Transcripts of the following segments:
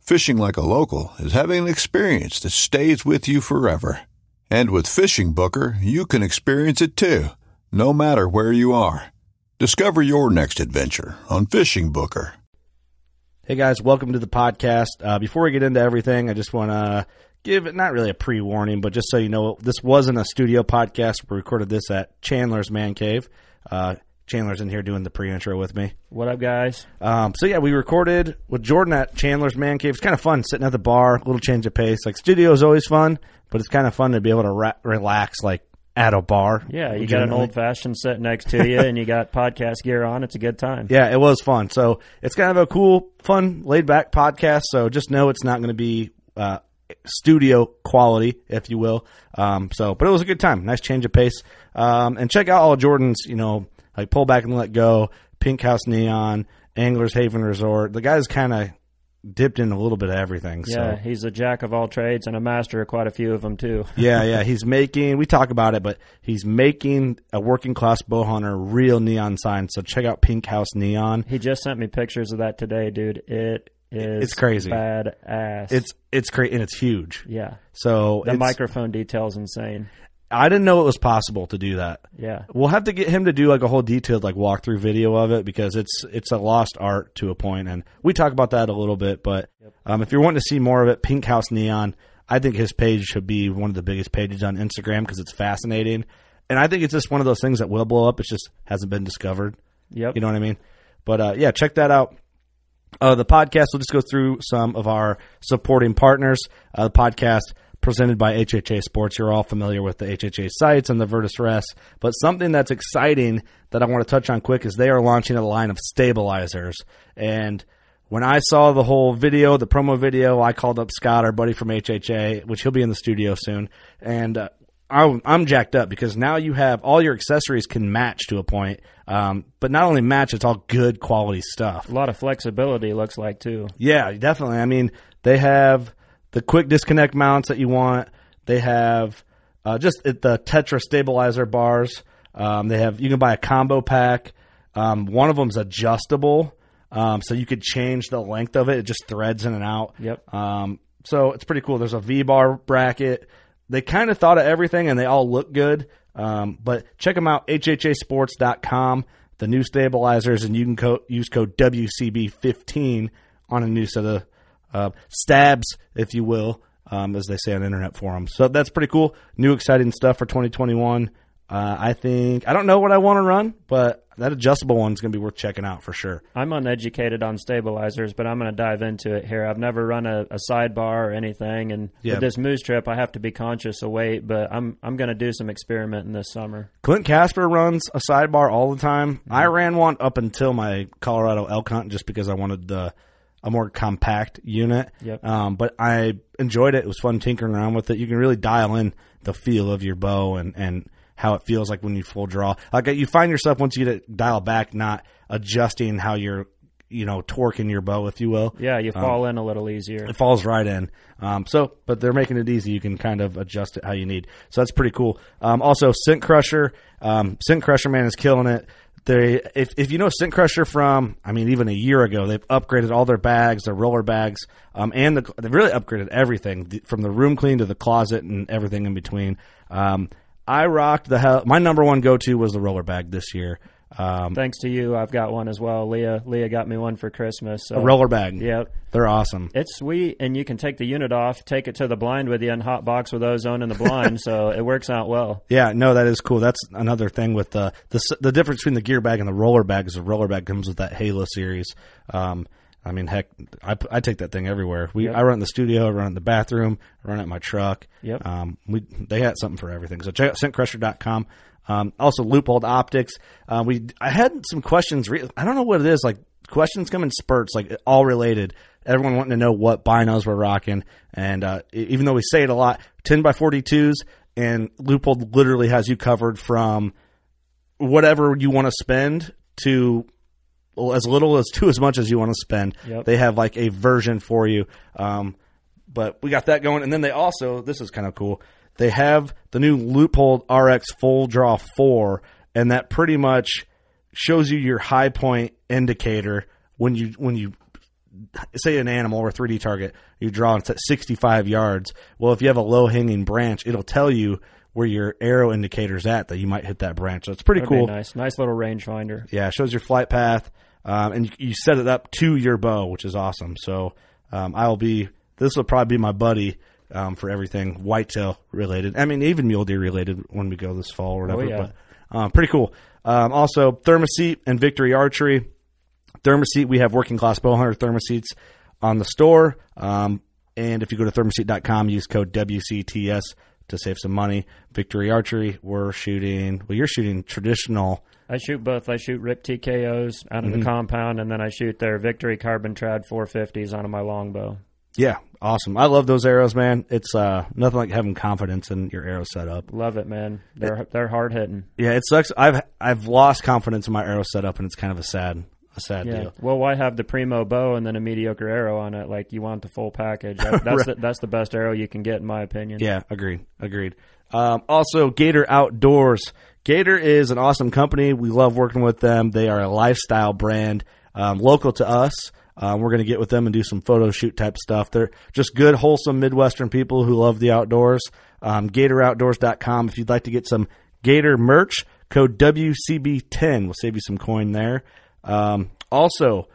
Fishing like a local is having an experience that stays with you forever. And with Fishing Booker, you can experience it too, no matter where you are. Discover your next adventure on Fishing Booker. Hey guys, welcome to the podcast. Uh, before we get into everything, I just want to give not really a pre warning, but just so you know, this wasn't a studio podcast. We recorded this at Chandler's Man Cave. Uh, Chandler's in here doing the pre intro with me. What up, guys? Um, so yeah, we recorded with Jordan at Chandler's Man Cave. It's kind of fun sitting at the bar, little change of pace. Like studio is always fun, but it's kind of fun to be able to ra- relax like at a bar. Yeah, you got an Legitimately. old fashioned set next to you, and you got podcast gear on. It's a good time. Yeah, it was fun. So it's kind of a cool, fun, laid back podcast. So just know it's not going to be uh, studio quality, if you will. Um, so, but it was a good time. Nice change of pace. Um, and check out all Jordan's, you know, like pull back and let go, Pink House Neon, Anglers Haven Resort. The guy's kind of dipped in a little bit of everything. So. Yeah, he's a jack of all trades and a master of quite a few of them too. yeah, yeah. He's making. We talk about it, but he's making a working class bow hunter real neon sign. So check out Pink House Neon. He just sent me pictures of that today, dude. It is It's crazy. badass. It's it's great and it's huge. yeah. So The it's- microphone detail's insane. I didn't know it was possible to do that. Yeah, We'll have to get him to do like a whole detailed like walkthrough video of it because it's it's a lost art to a point, and we talk about that a little bit. But um, if you're wanting to see more of it, Pink House Neon, I think his page should be one of the biggest pages on Instagram because it's fascinating, and I think it's just one of those things that will blow up. It just hasn't been discovered. yep. You know what I mean? But uh, yeah, check that out. Uh, the podcast will just go through some of our supporting partners. Uh, the podcast presented by HHA Sports. You're all familiar with the HHA sites and the Vertus Rest. But something that's exciting that I want to touch on quick is they are launching a line of stabilizers. And when I saw the whole video, the promo video, I called up Scott, our buddy from HHA, which he'll be in the studio soon. And uh, I'm, I'm jacked up because now you have all your accessories can match to a point. Um, but not only match, it's all good quality stuff. a lot of flexibility looks like too. Yeah, definitely. I mean, they have the quick disconnect mounts that you want. They have uh, just at the Tetra stabilizer bars. Um, they have you can buy a combo pack. Um, one of them's adjustable, um, so you could change the length of it. It just threads in and out. Yep. Um, so it's pretty cool. There's a V bar bracket. They kind of thought of everything, and they all look good. Um, but check them out, hhasports.com. The new stabilizers, and you can co- use code WCB15 on a new set of uh, stabs, if you will, um, as they say on internet forums. So that's pretty cool. New exciting stuff for 2021. Uh, I think I don't know what I want to run, but that adjustable one's going to be worth checking out for sure. I'm uneducated on stabilizers, but I'm going to dive into it here. I've never run a, a sidebar or anything, and Yeah. with this moose trip, I have to be conscious of weight. But I'm I'm going to do some experimenting this summer. Clint Casper runs a sidebar all the time. Mm-hmm. I ran one up until my Colorado elk hunt just because I wanted the a more compact unit. Yep. Um, but I enjoyed it. It was fun tinkering around with it. You can really dial in the feel of your bow and and how it feels uh, like when you full draw. Like you find yourself once you get it dial back, not adjusting how your you know, torque in your bow, if you will. Yeah, you fall in a little easier. It falls right in. Um, so, but they're making it easy. You can kind of adjust it how you need. So that's pretty cool. Um, also, Scent Crusher, um, Scent Crusher man is killing it. They, if, if you know Scent Crusher from, I mean, even a year ago, they've upgraded all their bags, their roller bags, um, and the, they've really upgraded everything the, from the room clean to the closet and everything in between. Um, I rocked the hell. My number one go to was the roller bag this year. Um, Thanks to you, I've got one as well. Leah, Leah got me one for Christmas. So. a roller bag. Oh. Yep. They're awesome. It's sweet, and you can take the unit off, take it to the blind with you, and hot box with ozone in the blind. so it works out well. Yeah, no, that is cool. That's another thing with the the, s- the difference between the gear bag and the roller bag is the roller bag comes with that Halo series. Um, I mean, heck, I, p- I take that thing everywhere. We I run it in the studio, I run it in the bathroom, I run it in my truck. Yep. Um, we they had something for everything. So check out scentcrusher.com. Um, also Loophole Optics. Uh, we I had some questions. Re- I don't know what it is. Like questions come in spurts, like all related. Everyone wanting to know what binos we're rocking, and uh, e- even though we say it a lot, ten by forty twos and Loophole literally has you covered from whatever you want to spend to as little as to as much as you want to spend. Yep. They have like a version for you. Um, but we got that going, and then they also this is kind of cool. They have the new loophole RX Full Draw Four, and that pretty much shows you your high point indicator when you when you say an animal or a 3D target, you draw and it's at 65 yards. Well, if you have a low hanging branch, it'll tell you where your arrow indicator's at that you might hit that branch. So it's pretty That'd cool. Be nice, nice little rangefinder. Yeah, it shows your flight path, um, and you, you set it up to your bow, which is awesome. So um, I will be. This will probably be my buddy um, for everything whitetail related. I mean, even mule deer related when we go this fall or whatever. yeah. But um, pretty cool. Um, also, thermoset and victory archery. Thermoset, we have working class bow hunter thermosets on the store. Um, and if you go to thermoset.com, use code WCTS to save some money. Victory Archery, we're shooting, well, you're shooting traditional I shoot both. I shoot rip TKOs out of Mm-hmm. the compound, and then I shoot their Victory Carbon Trad 450s out of my longbow. Yeah, awesome. I love those arrows, man. It's uh, nothing like having confidence in your arrow setup. Love it, man. They're they're hard hitting. Yeah, it sucks. I've I've lost confidence in my arrow setup, and it's kind of a sad a sad Yeah. deal. Well, why have the primo bow and then a mediocre arrow on it? Like you want the full package. That- That's the, that's the best arrow you can get, in my opinion. Yeah, agreed, agreed. Um, also, Gator Outdoors. Gator is an awesome company. We love working with them. They are a lifestyle brand, um, local to us. Um, we're going to get with them and do some photo shoot type stuff. They're just good, wholesome Midwestern people who love the outdoors. Um, GatorOutdoors.com. If you'd like to get some Gator merch, code WCB10 will save you some coin there. Um, also,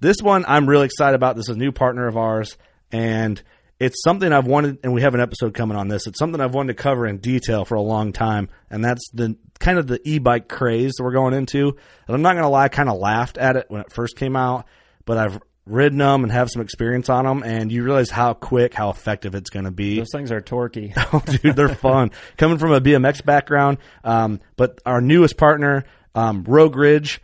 this one I'm really excited about. This is a new partner of ours, and it's something I've wanted, and we have an episode coming on this. It's something I've wanted to cover in detail for a long time, and that's the kind of the e-bike craze that we're going into. And I'm not gonna lie, I kind of laughed at it when it first came out, but I've ridden them and have some experience on them, and you realize how quick, how effective it's gonna be. Those things are torquey. Oh, dude, they're fun. Coming from a BMX background, um, but our newest partner, um, Rogue Ridge,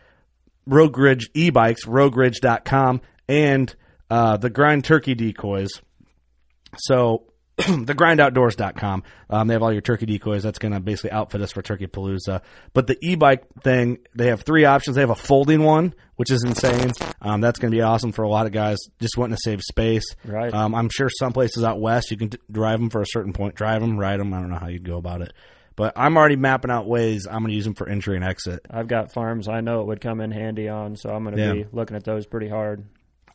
Rogue Ridge e-bikes, rogueridge.com, and uh, the Grind Turkey Decoys. So thegrindoutdoors.com. Um, they have all your turkey decoys. That's going to basically outfit us for Turkey Palooza. But the e-bike thing, they have three options. They have a folding one, which is insane. Um, that's going to be awesome for a lot of guys just wanting to save space. Right. Um, I'm sure some places out west you can d- drive them for a certain point. Drive them, ride them. I don't know how you'd go about it. But I'm already mapping out ways I'm going to use them for entry and exit. I've got farms I know it would come in handy on, so I'm going to Yeah. be looking at those pretty hard.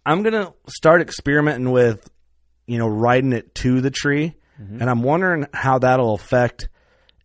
I'm gonna start experimenting with, you know, riding it to the tree, Mm-hmm. and I'm wondering how that'll affect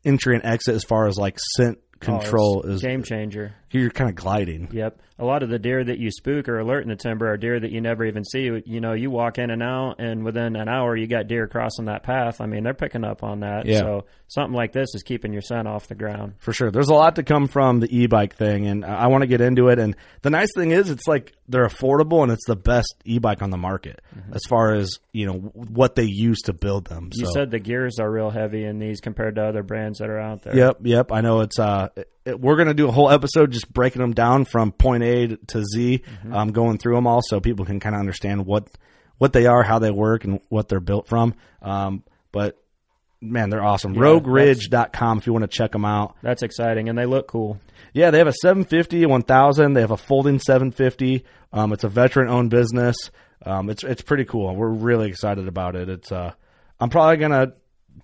entry and exit as far as like scent control Oh, it's is. game changer. You're kind of gliding. Yep. A lot of the deer that you spook or alert in the timber are deer that you never even see. You know, you walk in and out, and within an hour, you got deer crossing that path. I mean, they're picking up on that. Yeah. So something like this is keeping your scent off the ground. for sure. There's a lot to come from the e-bike thing, and I want to get into it. And the nice thing is, it's like they're affordable, and it's the best e-bike on the market as far as you know w- what they use to build them. Mm-hmm. You so. said the gears are real heavy in these compared to other brands that are out there. Yep, yep. I know it's. Uh, it- it, we're gonna do a whole episode just breaking them down from point A to Z, um, going through them all, so people can kind of understand what what they are, how they work, and what they're built from. Um, but man, they're awesome. RogueRidge.com if you want to check them out. That's exciting, and they look cool. Yeah, they have a 750, a 1000. They have a folding 750. Um, it's a veteran-owned business. Um, it's it's pretty cool. We're really excited about it. It's uh, I'm probably gonna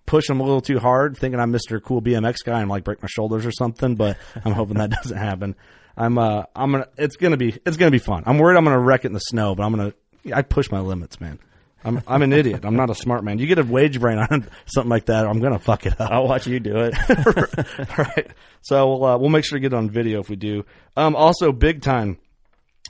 push them a little too hard, thinking I'm Mr. Cool BMX guy and like break my shoulders or something. But I'm hoping that doesn't happen. I'm uh, I'm gonna. It's gonna be it's gonna be fun. I'm worried I'm gonna wreck it in the snow, but I'm gonna. I push my limits, man. I'm I'm an idiot. I'm not a smart man. You get a wage brain on something like that, I'm gonna fuck it up. I'll watch you do it. All right. So we'll uh, we'll make sure to get it on video if we do. Um, also, big time.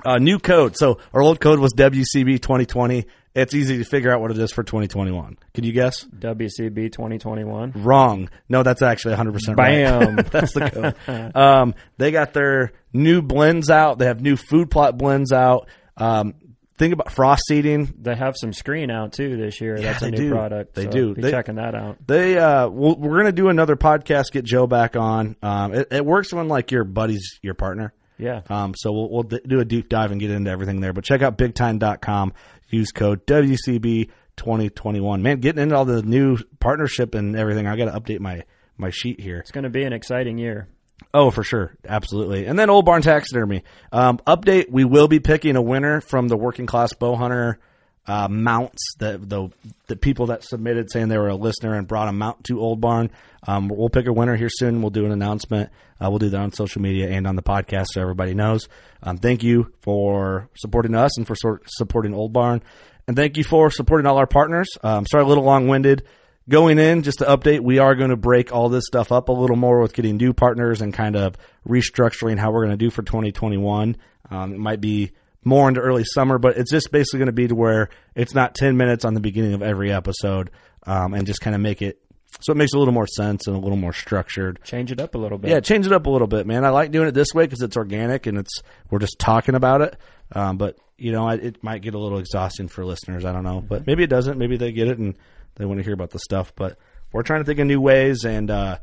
Uh, new code. So our old code was WCB 2020. It's easy to figure out what it is for 2021. Could you guess? WCB 2021. Wrong. No, that's actually 100% Bam. right. that's the code. um, they got their new blends out. They have new food plot blends out. Um, think about frost seeding. They have some screen out too this year. That's a they new do. product. They so do. Be They- checking that out. They uh, we'll, we're gonna do another podcast. Get Joe back on. Um, it, it works when like your buddy's your partner. Yeah. Um, so we'll we'll d- do a deep dive and get into everything there. But check out bigtime.com. Use code WCB twenty twenty one. Man, getting into all the new partnership and everything. I got to update my my sheet here. It's going to be an exciting year. Oh, for sure, absolutely. And then Old Barn Taxidermy um, update: We will be picking a winner from the working class bow hunter uh, mounts. The, the the people that submitted saying they were a listener and brought a mount to Old Barn. Um, we'll pick a winner here soon. We'll do an announcement. Uh, we'll do that on social media and on the podcast so everybody knows. Um, thank you for supporting us and for sort supporting Old Barn, and thank you for supporting all our partners. Um, sorry, a little long winded going in just to update we are going to break all this stuff up a little more with getting new partners and kind of restructuring how we're going to do for 2021 um, it might be more into early summer but it's just basically going to be to where it's not 10 minutes on the beginning of every episode um, and just kind of make it so it makes a little more sense and a little more structured Change it up a little bit. yeah, change it up a little bit, man. I like doing it this way because it's organic and it's we're just talking about it. Um, but you know, I, it might get a little exhausting for listeners. I don't know, but maybe it doesn't. Maybe they get it and they want to hear about the stuff. But we're trying to think of new ways and uh,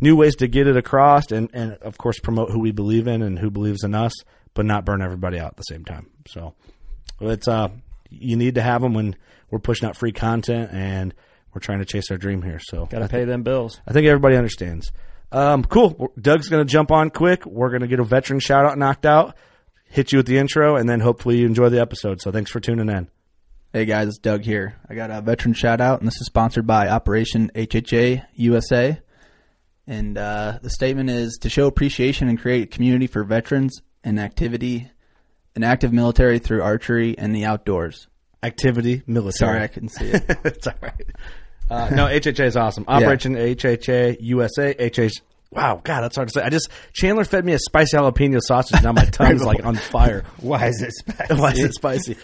new ways to get it across, and and of course promote who we believe in and who believes in us, but not burn everybody out at the same time. So it's uh, you need to have them when we're pushing out free content and we're trying to chase our dream here. So Got to pay them bills. I think everybody understands. Um, cool. Doug's going to jump on quick. We're going to get a veteran shout out knocked out, hit you with the intro, and then hopefully you enjoy the episode. So thanks for tuning in. Hey guys, it's Doug here. I got a veteran shout out, and this is sponsored by Operation HHA USA. And uh, the statement is to show appreciation and create a community for veterans and activity, an active military through archery and the outdoors. Activity, military. Sorry, I couldn't see it. it's all right. Uh, no, HHA is awesome. Operation HHA USA HH. Wow, God, that's hard to say. I just Chandler fed me a spicy jalapeno sausage. Now my tongue's like on fire. Why is it spicy? Why is it spicy?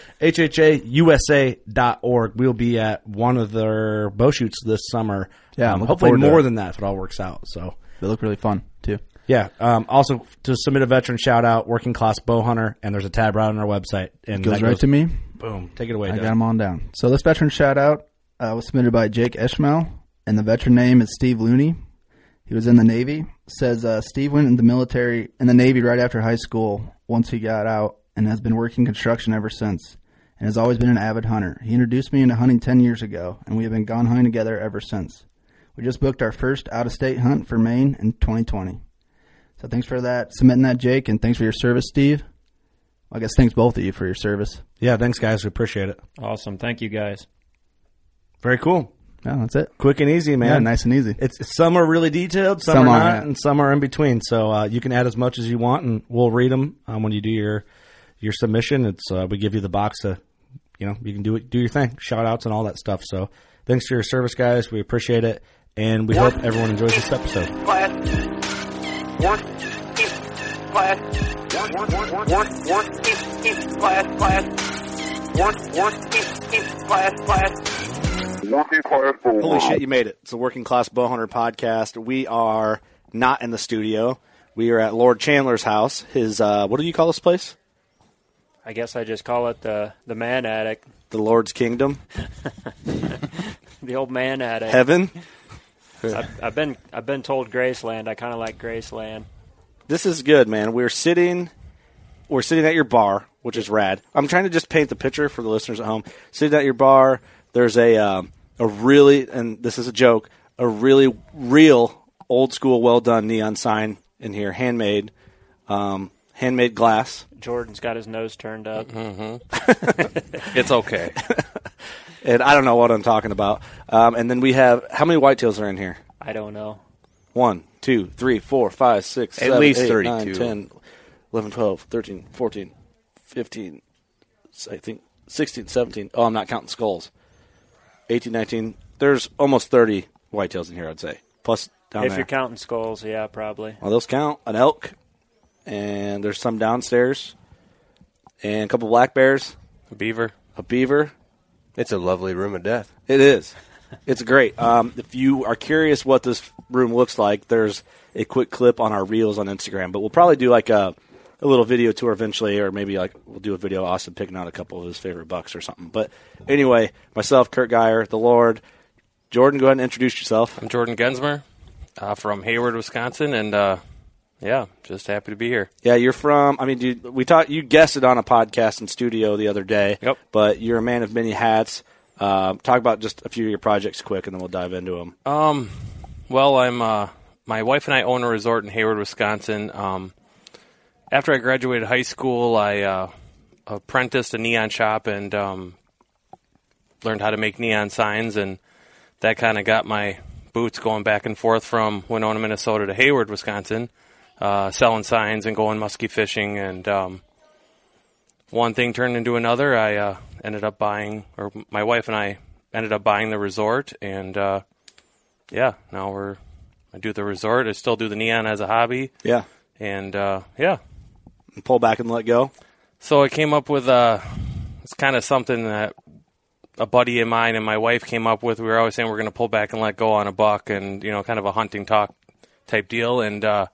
HHAUSA.org. We'll be at one of their bow shoots this summer. Yeah, I'm Um, looking hopefully forward to more it. than that if it all works out. So They look really fun too. Yeah. Um, also, to submit a veteran shout out, working class bow hunter, and there's a tab right on our website. And Goes that right to me. Boom. Take it away. I Doug. got them on down. So this veteran shout out uh, was submitted by Jake Eshmel, and the veteran name is Steve Looney. He was in the Navy. Says uh, Steve went in the military in the Navy right after high school. Once he got out, and has been working construction ever since, and has always been an avid hunter. He introduced me into hunting ten years ago, and we have been gone hunting together ever since. We just booked our first out-of-state hunt for Maine in 2020. So thanks for that, submitting that, Jake, and thanks for your service, Steve. I guess thanks both of you for your service. Yeah. Thanks, guys. We appreciate it. Awesome. Thank you guys. Very cool. Yeah, that's it. Quick and easy, man. Yeah, nice and easy. It's some are really detailed, some, Some are are, not, yeah. and some are in between. So uh, you can add as much as you want, and we'll read them um, when you do your your submission. It's uh, we give you the box to, you know, you can do it, do your thing, shout outs and all that stuff. So thanks for your service, guys. We appreciate it, and we hope everyone enjoys this episode. class. Work is class. Work work work work is is class class. Work work is is class class. Working class for Holy shit, you made it. It's the Working Class Bowhunter podcast. We are not in the studio. We are at Lord Chandler's house. His, uh, what do you call this place? I guess I just call it the the man attic, The Lord's Kingdom? the old man attic. Heaven? I've, I've been I've been told Graceland. I kind of like Graceland. This is good, man. We're sitting, we're sitting at your bar, which is rad. I'm trying to just paint the picture for the listeners at home. Sitting at your bar, there's a, um, a really, and this is a joke, a really real old school, well done neon sign in here, handmade, um, handmade glass. Jordan's got his nose turned up. Mm-hmm. It's okay. And I don't know what I'm talking about. Um, and then we have how many whitetails are in here? I don't know. One, two, three, four, five, six, At seven, least eight, 32. nine, 10, 11, 12, 13, 14, 15, I think 16, 17. Oh, I'm not counting skulls. 18, 19. There's almost 30 whitetails in here, I'd say. Plus down if there. you're counting skulls, yeah, probably. well, those count an elk, and there's some downstairs, and a couple black bears, Beaver. a beaver, It's a lovely room of death. It is. It's great. Um, if you are curious what this room looks like, there's a quick clip on our reels on Instagram. But we'll probably do like a, a little video tour eventually, or maybe like we'll do a video of Austin picking out a couple of his favorite bucks or something. But anyway, myself, Kurt Geyer, the Lord, Jordan, go ahead and introduce yourself. I'm Jordan Gensmer uh, from Hayward, Wisconsin, and uh, yeah, just happy to be here. Yeah, you're from. I mean, dude, we talked. You guessed it on a podcast in studio the other day. Yep. But you're a man of many hats. Uh, talk about just a few of your projects quick, and then we'll dive into them. Um, well, I'm uh, my wife and I own a resort in Hayward, Wisconsin. Um, after I graduated high school, I uh, apprenticed a neon shop and um, learned how to make neon signs, and that kind of got my boots going back and forth from Winona, Minnesota, to Hayward, Wisconsin, uh, selling signs and going musky fishing. And um, one thing turned into another. I uh, ended up buying, or my wife and I ended up buying the resort, and uh, yeah, now we're I do the resort. I still do the neon as a hobby, Yeah. and uh, yeah. And pull back and let go. So I came up with uh, it's kind of something that a buddy of mine and my wife came up with. We were always saying we're going to pull back and let go on a buck, and you know, kind of a hunting talk type deal. And uh,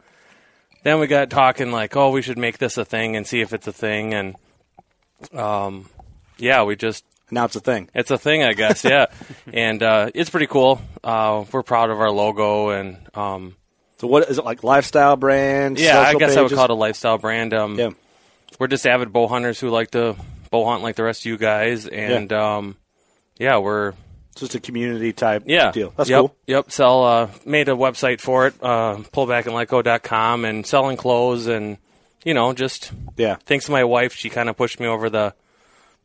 then we got talking like, oh, we should make this a thing and see if it's a thing. And um, yeah, we just Now it's a thing. It's a thing, I guess. Yeah, and uh, it's pretty cool. Uh, we're proud of our logo, and um, So what is it like? Lifestyle brand? yeah, I social guess I would pages? call it a lifestyle brand. Um, Yeah, we're just avid bow hunters who like to bow hunt like the rest of you guys, and yeah, um, yeah we're it's just a community type yeah deal. That's yep, cool. Yep, sell uh, made a website for it, uh, pullbackandletgo.com, and selling clothes, and you know, just Yeah, thanks to my wife, she kind of pushed me over the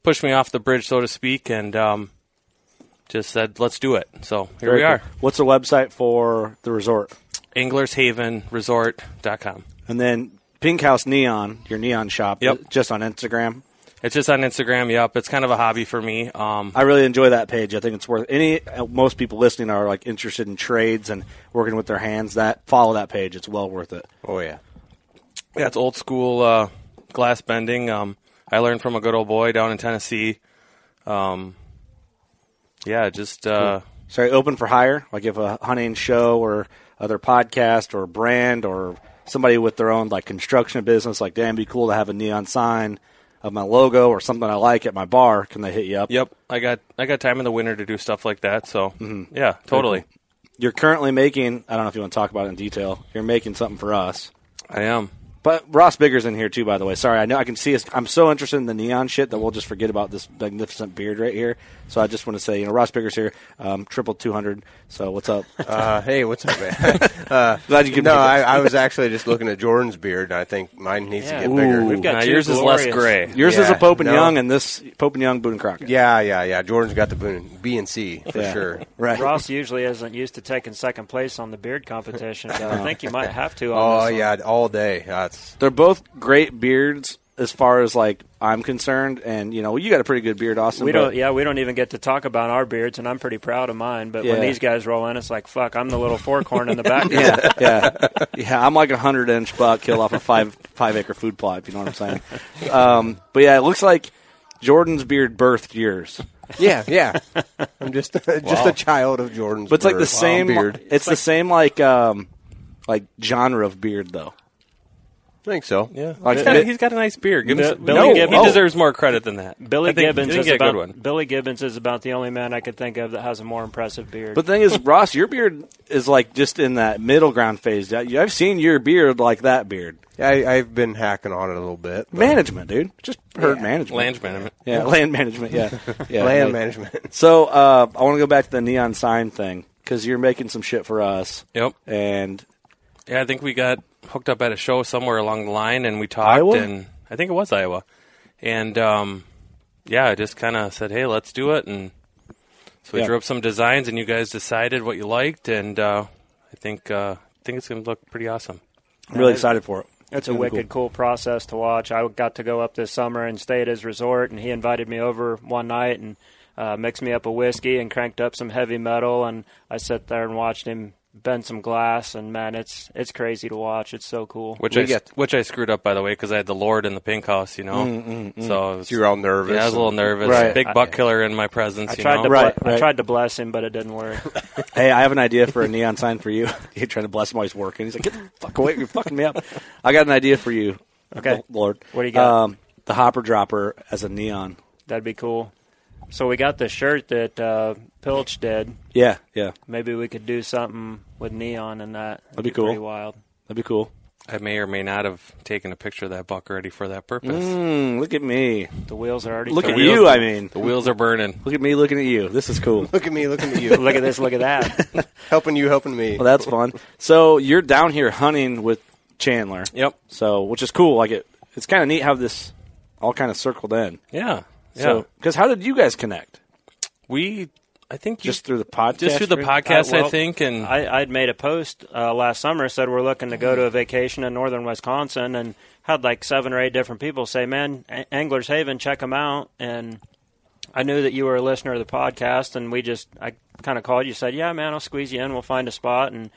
pushed me off the bridge, so to speak, and um, just said, "Let's do it." So here Very we are. cool. What's the website for the resort? anglershavenresort.com. And then Pink House Neon, your neon shop. Yep. uh, Just on Instagram. It's just on Instagram. Yep, it's kind of a hobby for me. Um, I really enjoy that page. I think it's worth any. uh, Most people listening are like interested in trades and working with their hands. That follow that page. It's well worth it. oh yeah, yeah, it's old school uh, glass bending. Um, I learned from a good old boy down in Tennessee. Um, yeah, just uh, Sorry, open for hire. Like if a hunting show or other podcast or brand or somebody with their own like construction business, like damn, it'd be cool to have a neon sign of my logo or something I like at my bar. Can they hit you up? yep. I got I got time in the winter to do stuff like that. So yeah, totally. You're currently making. I don't know if you want to talk about it in detail. You're making something for us. I am. But Ross Bigger's in here too, by the way. Sorry, I know I can see. Us, I'm so interested in the neon shit that we'll just forget about this magnificent beard right here. So I just want to say, you know, Ross Bigger's here, um, triple two hundred. So what's up? Uh, hey, what's up, man? uh, Glad you could No, make it. I, I was actually just looking at Jordan's beard, and I think mine needs to get bigger. We've got Now, two yours is less glorious- gray. Yours is Yeah, a Pope and no. Young, and this Pope and Young Boone and Crockett. yeah, yeah, yeah. Jordan's got the boon- B and C for Yeah. sure. right. Ross usually isn't used to taking second place on the beard competition, but I think you might have to. On Oh this one. yeah, all day. That's They're both great beards as far as like I'm concerned, and you know you got a pretty good beard, Austin. We but- don't. Yeah, we don't even get to talk about our beards, and I'm pretty proud of mine. But when Yeah. these guys roll in, it's like, fuck, I'm the little forkhorn in the back. yeah, yeah, yeah. I'm like a hundred inch buck killed off a five five acre food plot. If you know what I'm saying. Um, but yeah, it looks like Jordan's beard birthed yours, yeah, yeah. I'm just just a child of Jordan's. but it's like the beard. same. beard. It's, the same like um, like genre of beard though. I think so. Yeah, Like He's got- mid- he's got a nice beard. Give him, Billy no, Gibbons- he deserves more credit than that. Billy I think- I Gibbons think is he got a about good one. Billy Gibbons is about the only man I could think of that has a more impressive beard. But the thing is, Ross, your beard is like just in that middle ground phase. I- I've seen your beard like that beard. I, I've been hacking on it a little bit. but- Management, dude. Just herd management. Lange management. Yeah, land management. Yeah, yeah land no. management. So uh, I want to go back to the neon sign thing. because you're making some shit for us. Yep. And Yeah, I think we got hooked up at a show somewhere along the line, and we talked. Iowa? And I think it was Iowa, and um, yeah, I just kind of said, "Hey, let's do it." And so we Yeah. drew up some designs, and you guys decided what you liked, and uh, I think uh, I think it's going to look pretty awesome. I'm really excited for it. It's a gonna be wicked cool. process to watch. I got to go up this summer and stay at his resort, and he invited me over one night and uh, mixed me up a whiskey and cranked up some heavy metal, and I sat there and watched him bend some glass, and man, it's it's crazy to watch. It's so cool. Which We I get- which I screwed up by the way because I had the Lord in the pink house, you know. Mm, So, it was- You were all nervous. yeah, I was a little nervous. Right. Big buck killer in my presence. I you tried know? to Right, ble- right. I tried to bless him, but it didn't work. Hey, I have an idea for a neon sign for you. You're trying to bless him while he's working. He's like, get the fuck away. You're fucking me up. I got an idea for you. Okay. Lord. What do you got? Um, the hopper dropper as a neon. That'd be cool. So we got the shirt that uh, Pilch did. Yeah, yeah. Maybe we could do something with neon and that. That'd be cool. Pretty wild. That'd be cool. I may or may not have taken a picture of that buck already for that purpose. Mm, look at me. The wheels are already. Look at turning. you, I Mm. mean. The wheels are burning. Look at me looking at you. This is cool. Look at me, looking at you. Look at this. Look at that. helping you, helping me. Well, that's fun. So you're down here hunting with Chandler. Yep. So, which is cool. Like it, it's kind of neat how this all kind of circled in. Yeah. Yeah. So, because how did you guys connect? we, I think you- Just through the podcast. just through the route? podcast, Uh, well, I think, and I, I'd made a post uh, last summer said we're looking to go to a vacation in northern Wisconsin and had like seven or eight different people say, "Man, A- Anglers Haven, check them out." And I knew that you were a listener of the podcast, and we just I kind of called you, said, "Yeah, man, I'll squeeze you in. We'll find a spot." And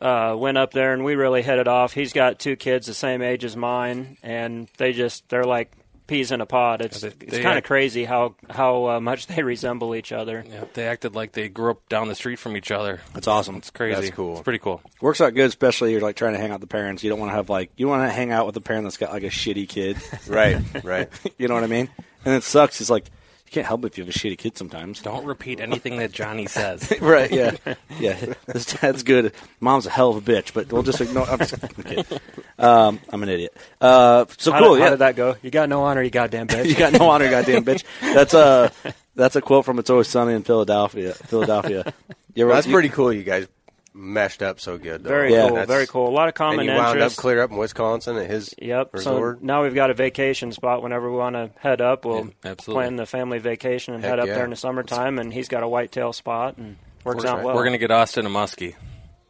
uh, went up there, and we really hit it off. He's got two kids the same age as mine, and they just they're like peas in a pod. It's Yeah, they- it's they kind of act- crazy how how uh, much they resemble each other. yeah, they acted like they grew up down the street from each other. That's awesome. It's crazy. That's cool. It's pretty cool. Works out good, especially you're like trying to hang out with the parents. You don't want to have like you want to hang out with a parent that's got like a shitty kid. right, right. you know what I mean? And it sucks. It's like you can't help it if you have a shitty kid sometimes. Don't repeat anything that Johnny says. Right? Yeah, yeah. This dad's good. Mom's a hell of a bitch, but we'll just ignore. I'm, just, I'm kidding. Um, I'm an idiot. Uh, so How, cool. did, yeah, how did that go? You got no honor, you goddamn bitch. you got no honor, goddamn bitch. That's a that's a quote from "It's Always Sunny in Philadelphia." Philadelphia. You ever- That's you- pretty cool. You guys meshed up so good. Though. Very Yeah. cool. That's- Very cool. A lot of And common you wound up interests. clear up in Wisconsin at his yep. resort. So now we've got a vacation spot. Whenever we want to head up, we'll Yeah, absolutely. plan the family vacation and Heck head up yeah. there in the summertime. And he's got a whitetail spot and works Works out right. well. We're gonna get Austin a muskie.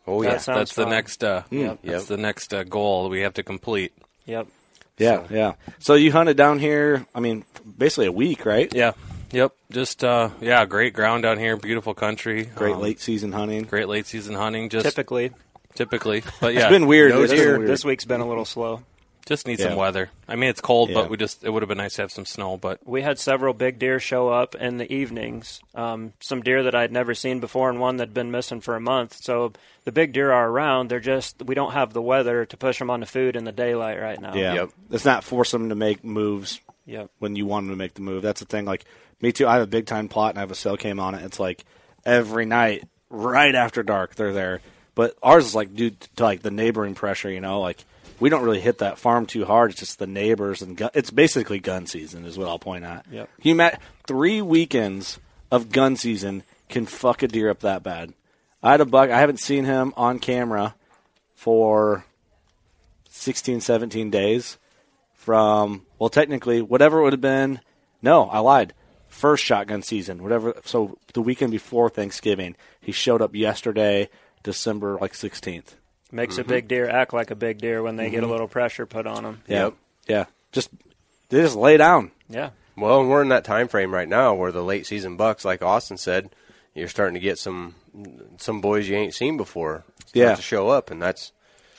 oh that yeah, sounds Mm. that's the fun. next. Uh, Yep. That's Yep. the next uh, goal we have to complete. Yep. Yeah, yeah. So you hunted down here. I mean, basically a week, right? Yeah. Yep. Just uh, yeah, great ground down here. Beautiful country. Great Um, late season hunting. Great late season hunting. Just Typically, typically, but yeah, It's been weird. No It's been deer. weird. this week's been a little slow. Just need Yeah. some weather. I mean, it's cold, Yeah. but we just it would have been nice to have some snow. But We had several big deer show up in the evenings. Um, some deer that I'd never seen before, and one that'd been missing for a month. So the big deer are around. They're just we don't have the weather to push them on the food in the daylight right now. Yeah. Yep. It's not force them to make moves Yep. when you want them to make the move. That's the thing. Like me too. I have a big time plot and I have a cell cam on it. It's like every night, right after dark, they're there. But ours is like due to like the neighboring pressure. You know, like we don't really hit that farm too hard. It's just the neighbors and gun- it's basically gun season is what I'll point out. Yep. You met three weekends of gun season can fuck a deer up that bad. I had a buck. I haven't seen him on camera for 16, 17 days from, well, technically, whatever it would have been. No, I lied. First shotgun season, whatever. So the weekend before Thanksgiving, he showed up yesterday, December like 16th. Makes Mm-hmm. a big deer act like a big deer when they get a little pressure put on them. Yeah. Yep. Yeah. Just, they just lay down. Yeah. Well, and we're in that time frame right now where the late season bucks, like Austin said, you're starting to get some some boys you ain't seen before. Start Yeah. to show up, and that's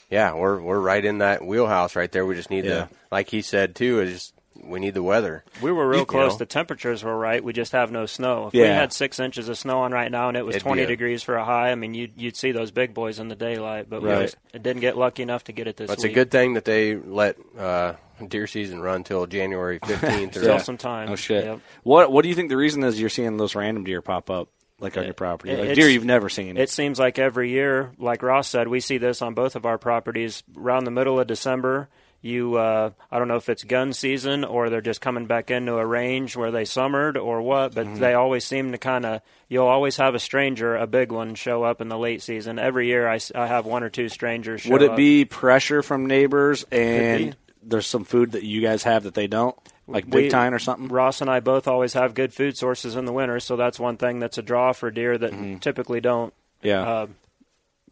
yeah, we're we're right in that wheelhouse right there. We just need Yeah. the like he said too is just we need the weather. We were real You close. know. The temperatures were right. We just have no snow. If we Yeah. had six inches of snow on right now and it was It'd be 20 a- degrees for a high, I mean, you'd, you'd see those big boys in the daylight, but Right. we just didn't get lucky enough to get it this That's week. a good thing that they let uh, deer season run till January fifteenth. Still or some time. Oh, shit. Yep. What, what do you think the reason is you're seeing those random deer pop up? Like on your property, it- like it's- deer you've never seen. It seems like every year, like Ross said, we see this on both of our properties around the middle of December. you uh, I don't know if it's gun season or they're just coming back into a range where they summered or what, but Mm-hmm. they always seem to kind of you'll always have a stranger, a big one, show up in the late season. Every year I, s- I have one or two strangers. Show Would it up. be pressure from neighbors be. and there's some food that you guys have that they don't, like big We- time or something? Ross and I both always have good food sources in the winter, so that's one thing that's a draw for deer that Mm-hmm. typically don't. Yeah. Uh,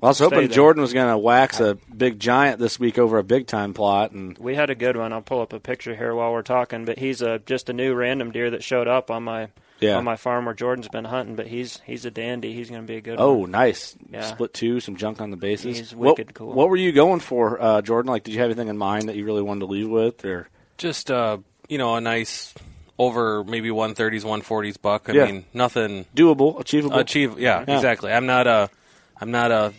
I was stay hoping there. Jordan was going to wax a big giant this week over a big time plot, and we had a good one. I'll pull up a picture here while we're talking, but he's a just a new random deer that showed up on my Yeah. on my farm where Jordan's been hunting. But he's he's a dandy. He's going to be a good. oh, one. nice Yeah. split two, some junk on the bases. He's what, wicked cool. What were you going for, uh, Jordan? Like, did you have anything in mind that you really wanted to leave with, or Just uh, you know, a nice over maybe 130s, 140s buck. I Yeah. mean, nothing doable, achievable? achieve. Yeah, Yeah. exactly. I'm not a, I'm not a,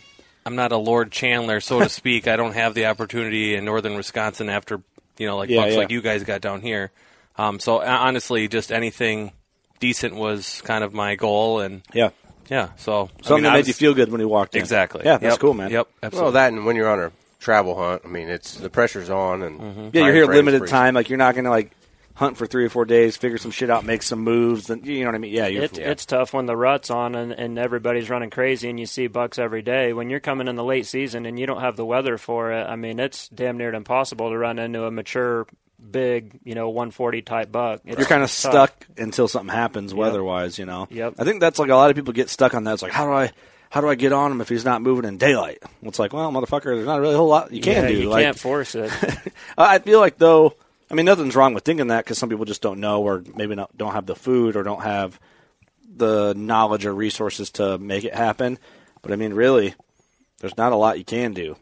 I'm not a Lord Chandler, so to speak. I don't have the opportunity in northern Wisconsin after you know like Yeah, bucks yeah. like you guys got down here. Um, so uh, honestly, just anything decent was kind of my goal, and yeah, yeah. So I something mean, that I made was- you feel good when you walked in. exactly. Yeah, that's Yep. cool, man. Yep, Well, absolutely. that and when you're on a travel hunt, I mean, it's the pressure's on, and Mm-hmm. Yeah, time you're here frame's limited pretty- time. Like, you're not going to like hunt for three or four days, figure some shit out, make some moves. Then you know what I mean? Yeah, you're. It's, it's tough when the rut's on and, and everybody's running crazy and you see bucks every day. When you're coming in the late season and you don't have the weather for it, I mean, it's damn near impossible to run into a mature, big, you know, 140 type buck. It's you're kind of tough. stuck until something happens weather-wise, you know. Yep. I think that's like a lot of people get stuck on that. It's like, how do I, how do I get on him if he's not moving in daylight? Well, It's like, well, motherfucker, there's not really a whole lot you can Yeah, do. you like, can't force it. I I feel like though, I mean, nothing's wrong with thinking that because some people just don't know or maybe not, don't have the food or don't have the knowledge or resources to make it happen. But I mean, really, there's not a lot you can do.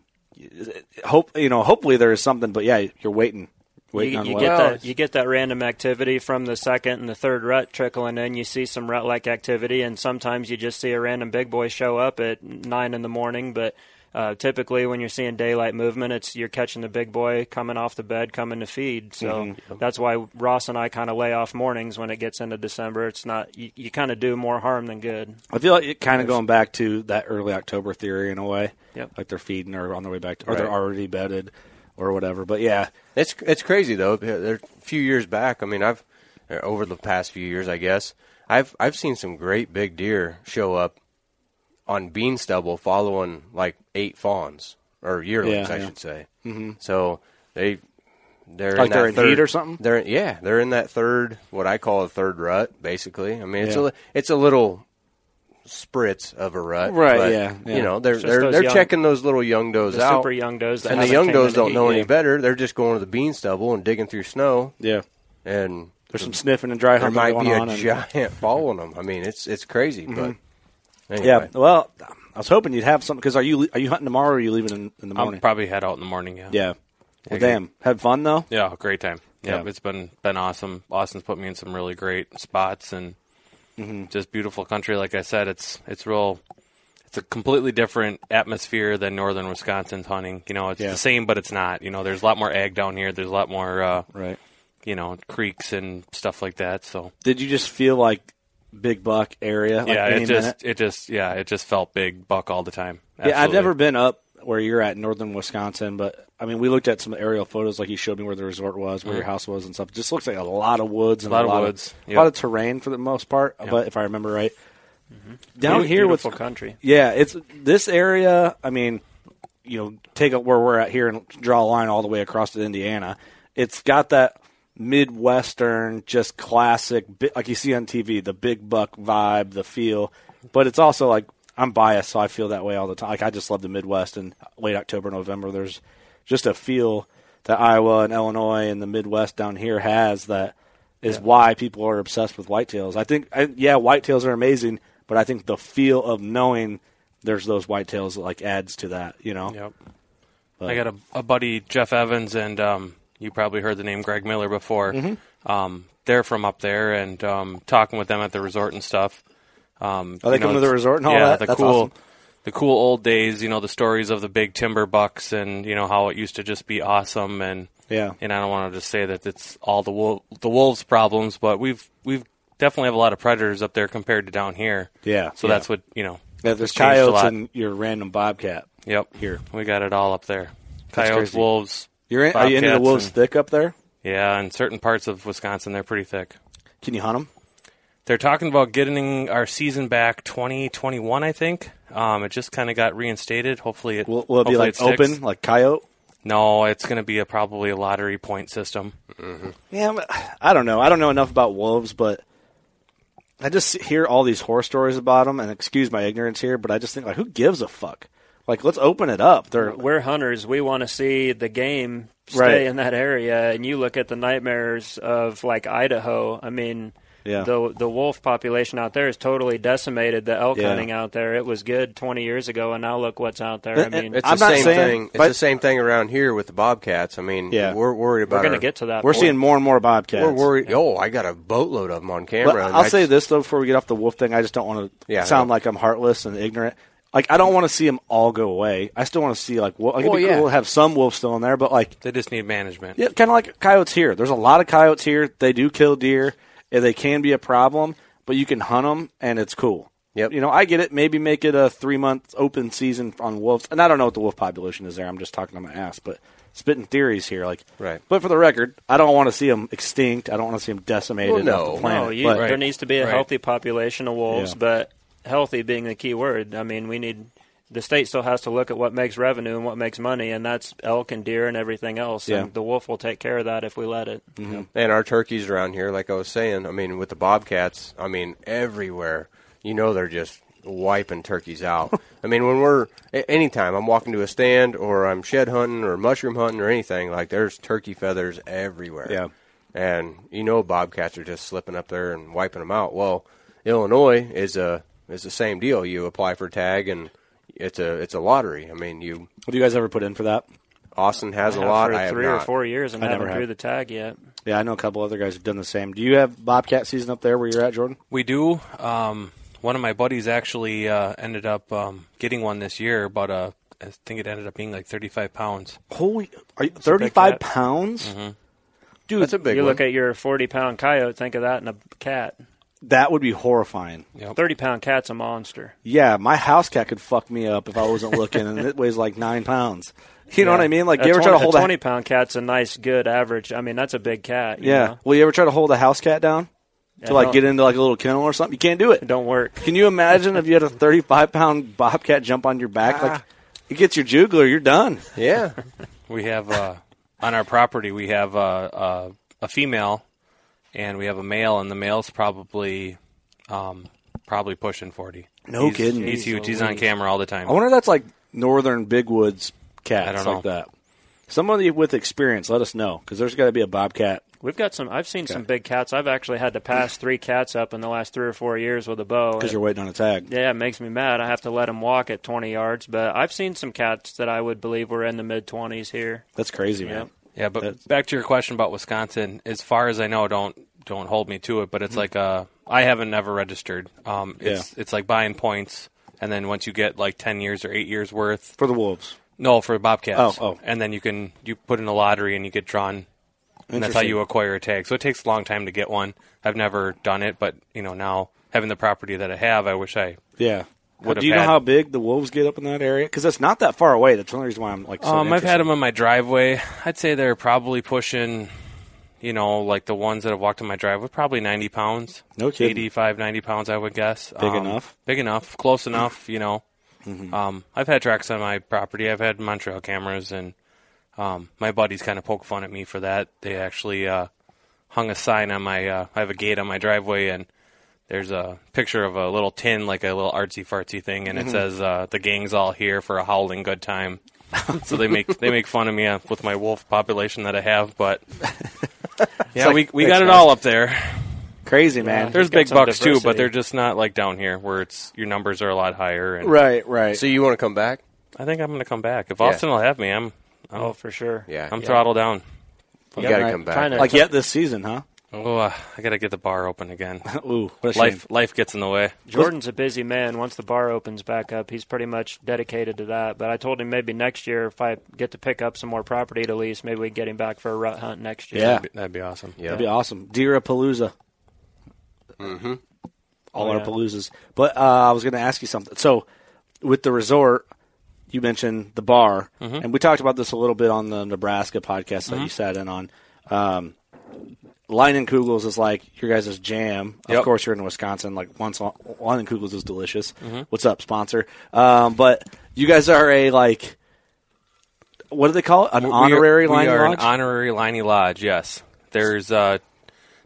Hope you know. Hopefully, there is something. But yeah, you're waiting. Waiting you, on you weather. get that you get that random activity from the second and the third rut trickling in. You see some rut like activity, and sometimes you just see a random big boy show up at nine in the morning. But uh, typically, when you're seeing daylight movement, it's you're catching the big boy coming off the bed, coming to feed. So Mm-hmm. that's why Ross and I kind of lay off mornings when it gets into December. It's not you, you kind of do more harm than good. I feel like it kind of going back to that early October theory in a way. Yep. Like they're feeding or on their way back to, or they're Right. already bedded or whatever. But yeah, It's it's crazy though. There- there- A few years back, I mean, I've or over the past few years, I guess, I've I've seen some great big deer show up on bean stubble following like eight fawns or yearlings, Yeah, I yeah. should say. Mm-hmm. So they they're Like in that they're in third, heat or something? They're yeah, they're in that third what I call a third rut, basically. I mean, it's Yeah. a li- it's a little spritz of a rut, Right, but, yeah, yeah. You know, they're just they're those they're young- checking those little young does The out, super young does that and the haven't young came in does the don't heat know yet. any better. They're just going to the bean stubble and digging through snow, yeah. and There's some sniffing and dry there humping might going be on. a and- giant following them. I mean, it's it's crazy, but Mm-hmm. Yeah. anyway. Well, I was hoping you'd have something because are you are you hunting tomorrow or are you leaving in, in the I'm morning? probably head out in the morning. Yeah. yeah. Well, Okay. damn. Had fun though. Yeah, great time. Yeah, Yeah. it's been been awesome. Austin's put me in some really great spots and Mm-hmm. just beautiful country. Like I said, it's it's real. It's a completely different atmosphere than northern Wisconsin's hunting. You know, it's Yeah. the same, but it's not. You know, there's a lot more ag down here. There's a lot more, uh, Right. you know, creeks and stuff like that. So Did you just feel like big buck area? Like yeah, any it just minute? it just yeah, it just felt big buck all the time. Yeah, I've Absolutely. never been up where you're at, in northern Wisconsin, but I mean, we looked at some aerial photos, like you showed me where the resort was, Mm-hmm. where your house was, and stuff. It just looks like a lot of woods and a lot, Lot of woods, a lot yep. of terrain for the most part. But if I remember right, down Beautiful, here with country. yeah, it's this area. I mean, you know, take up where we're at here and draw a line all the way across to Indiana. It's got that midwestern, just classic, bi- like you see on TV, the big buck vibe, the feel. But it's also like I'm biased, so I feel that way all the time. Like I just love the Midwest and late October, November. There's just a feel that Iowa and Illinois and the Midwest down here has that is why people are obsessed with whitetails. I think, I, yeah, whitetails are amazing, but I think the feel of knowing there's those whitetails like adds to that, you know. Yep. I got a, a buddy, Jeff Evans, and um, you probably heard the name Greg Miller before. Mm-hmm. Um, they're from up there, and um, talking with them at the resort and stuff. Um, Oh, they you know, come to the it's- resort and all yeah, that? the That's cool, awesome. the cool old days. You know, the stories of the big timber bucks, and you know how it used to just be awesome. And Yeah. and I don't want to just say that it's all the wolf, the wolves' problems, but we've we've definitely have a lot of predators up there compared to down here. Yeah, so yeah. that's what you know. Yeah, there's it's changed a coyotes lot. and your random bobcat. Yep. Here. We got it all up there. That's Coyotes, crazy. wolves, You're in, are you into the Bobcats wolves and- thick up there? Yeah, in certain parts of Wisconsin, they're pretty thick. Can you hunt them? They're talking about getting our season back 2021, I think. Um, it just kind of got reinstated. Hopefully, it Will, will it be hopefully like sticks. open, like coyote? No, it's going to be a probably a lottery point system. Yeah, but I don't know. I don't know enough about wolves, but I just hear all these horror stories about them. And excuse my ignorance here, but I just think like, who gives a fuck? Like, let's open it up. They're We're hunters. We want to see the game stay Right. in that area. And you look at the nightmares of like Idaho. I mean, Yeah. the the wolf population out there is totally decimated. The elk Yeah. hunting out there, it was good 20 years ago, and now look what's out there. I And- and mean, It's I'm the not same saying- thing. It's but- the same thing around here with the Bobcats. I mean, Yeah. we're worried about. gonna our- get to that we're point. seeing more and more bobcats. We're worried. Oh, I got a boatload of them on camera. But and I'll I say just- this though before we get off the wolf thing, I just don't want to Yeah, sound no. like I'm heartless and ignorant. Like I don't want to see them all go away. I still want to see like wolf. Like, it'd Well, be yeah. cool to have some wolves still in there, but like They just need management. yeah, kind of like coyotes here. There's a lot of coyotes here. They do kill deer. and They can be a problem, but you can hunt them and it's cool. Yep. You know, I get it. Maybe make it a three month open season on wolves. And I don't know what the wolf population is there. I'm just talking on my ass, but spitting theories here. Like, Right. But for the record, I don't want to see them extinct. I don't want to see them decimated. Well, off no. the planet, no, you, but- there needs to be a Right. healthy population of wolves, Yeah. but healthy being the key word. I mean, we need the state still has to look at what makes revenue and what makes money, and that's elk and deer and everything else. Yeah. And the wolf will take care of that if we let it. and our turkeys around here, like I was saying, I mean, with the bobcats, I mean, everywhere, you know, they're just wiping turkeys out. I mean, when we're a- anytime I'm walking to a stand or I'm shed hunting or mushroom hunting or anything, like there's turkey feathers everywhere. Yeah. and you know, bobcats are just slipping up there and wiping them out. Well, Illinois is a is the same deal. You apply for tag and it's a it's a lottery. I mean, you Do you guys ever put in for that? Austin has a Have lot. for I have three or not. four years and I haven't never have. drew the tag yet. Yeah, I know a couple other guys have done the same. Do you have bobcat season up there where you're at, Jordan? We do. Um, one of my buddies actually uh, ended up um, getting one this year, but uh, I think it ended up being like 35 pounds. Holy, are you, 35 cat. pounds? Dude, That's a big you one. look at your 40 pound coyote, think of that in a cat. that would be horrifying. 30 pound cat's a monster. Yeah, my house cat could fuck me up if I wasn't looking, and it weighs like nine pounds. You know what I mean? Like, a you ever 20, try to hold a a 20 pound cat's a nice, good average. I mean, that's a big cat. you yeah? know? Well, you ever try to hold a house cat down to don't- like get into like a little kennel or something? You can't do it. It don't work. Can you imagine if you had a 35 pound bobcat jump on your back? Ah. Like, it gets your juggler, you're done. yeah, We have uh, on our property we have uh, uh, a female and we have a male, and the male's probably um, probably pushing forty. No He's- kidding. Oh, He's huge. He's Jeez on Louise. camera all the time. I wonder if that's like northern bigwoods cats I don't like that. Somebody with experience, let us know because there's got to be a bobcat. We've got some. I've seen some big cats. I've actually had to pass three cats up in the last three or four years with a bow. because you're waiting on a tag. yeah, it makes me mad. I have to let them walk at 20 yards. But I've seen some cats that I would believe were in the mid 20s here. That's crazy, man. Yeah, but That's- back to your question about Wisconsin. As far as I know, don't don't hold me to it, but it's Hmm. like uh, I haven't never registered. Um, it's it's like buying points, and then once you get like ten years or eight years worth, For the wolves, no, for Bobcats. Oh, oh. and then you can you put in a lottery and you get drawn, and that's how Interesting. you acquire a tag. So it takes a long time to get one. I've never done it, but you know now having the property that I have, I wish I. yeah. Would've do you know had- how big the wolves get up in that area? Because that's not that far away. That's the only reason why I'm like. So um, I've had interested. them on my driveway. I'd say they're probably pushing. You know, like the ones that have walked in my driveway, probably 90 pounds. No kidding. 85, 90 pounds, I would guess. Um, Big enough? Mm-hmm. Big enough, close enough, you know. Um, I've had tracks on my property. I've had Montreal cameras, and um, my buddies kind of poke fun at me for that. They actually uh, hung a sign on my, uh, I have a gate on my driveway, and there's a picture of a little tin, like a little artsy fartsy thing, Mm-hmm. and it says, uh, the gang's all here for a howling good time. so they make they make fun of me uh, with my wolf population that I have, but yeah, we we got it all up there. crazy man. There's He's got big some bucks too, but diversity. they're just not like down here where it's your numbers are a lot higher. And right, right. So you want to come back? I think I'm going to come back if Austin will have me. I'm I'm, Oh, for sure. Yeah, I'm yeah. throttle down. You Yeah, got right. to come back. Trying to- like yet this season, huh? Oh, uh, I got to get the bar open again. Ooh, what a shame. life life gets in the way. Jordan's a busy man. Once the bar opens back up, he's pretty much dedicated to that. But I told him maybe next year, if I get to pick up some more property to lease, maybe we get him back for a rut hunt next year. Yeah. That'd be, that'd be awesome. That'd be awesome. Deer Palooza. Mm-hmm. All Oh, our yeah. Mm-hmm. Oh, paloozas. But uh, I was going to ask you something. So, with the resort, you mentioned the bar, Mhm. and we talked about this a little bit on the Nebraska podcast that you Mhm. sat in on. Um, Lion Kugels is like your guys' jam. Of Yep. course, you're in Wisconsin. Like once Lion Kugels is delicious. Mhm. What's up, sponsor? Um, but you guys are a like, what do they call it? An We- we are- honorary we Lion are Lodge? an honorary Liney Lodge. Yes, there's uh,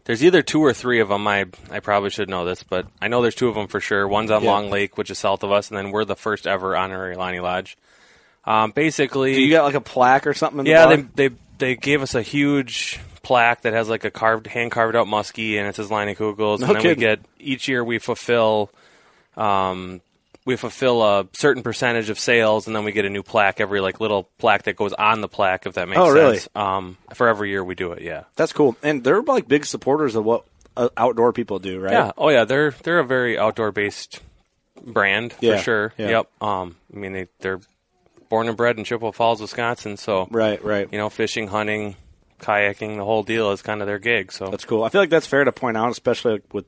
there's either two or three of them. I I probably should know this, but I know there's two of them for sure. One's on Yeah. Long Lake, which is south of us, and then we're the first ever honorary Liney Lodge. Um, basically, Do you got like a plaque or something? In the yeah, bar? they they they gave us a huge plaque that has like a carved hand carved out muskie and it says line of kugels No and then kidding. we get each year we fulfill um we fulfill a certain percentage of sales and then we get a new plaque every like little plaque that goes on the plaque if that makes Oh, really? sense. Um for every year we do it, yeah. That's cool. And they're like big supporters of what uh, outdoor people do, right? Yeah. Oh yeah, they're they're a very outdoor based brand Yeah, for sure. yeah. Yep. Um I mean they they're born and bred in Chippewa Falls, Wisconsin, so Right, right. you know, fishing, hunting, kayaking, the whole deal is kind of their gig. So That's cool. I feel like that's fair to point out, especially like, with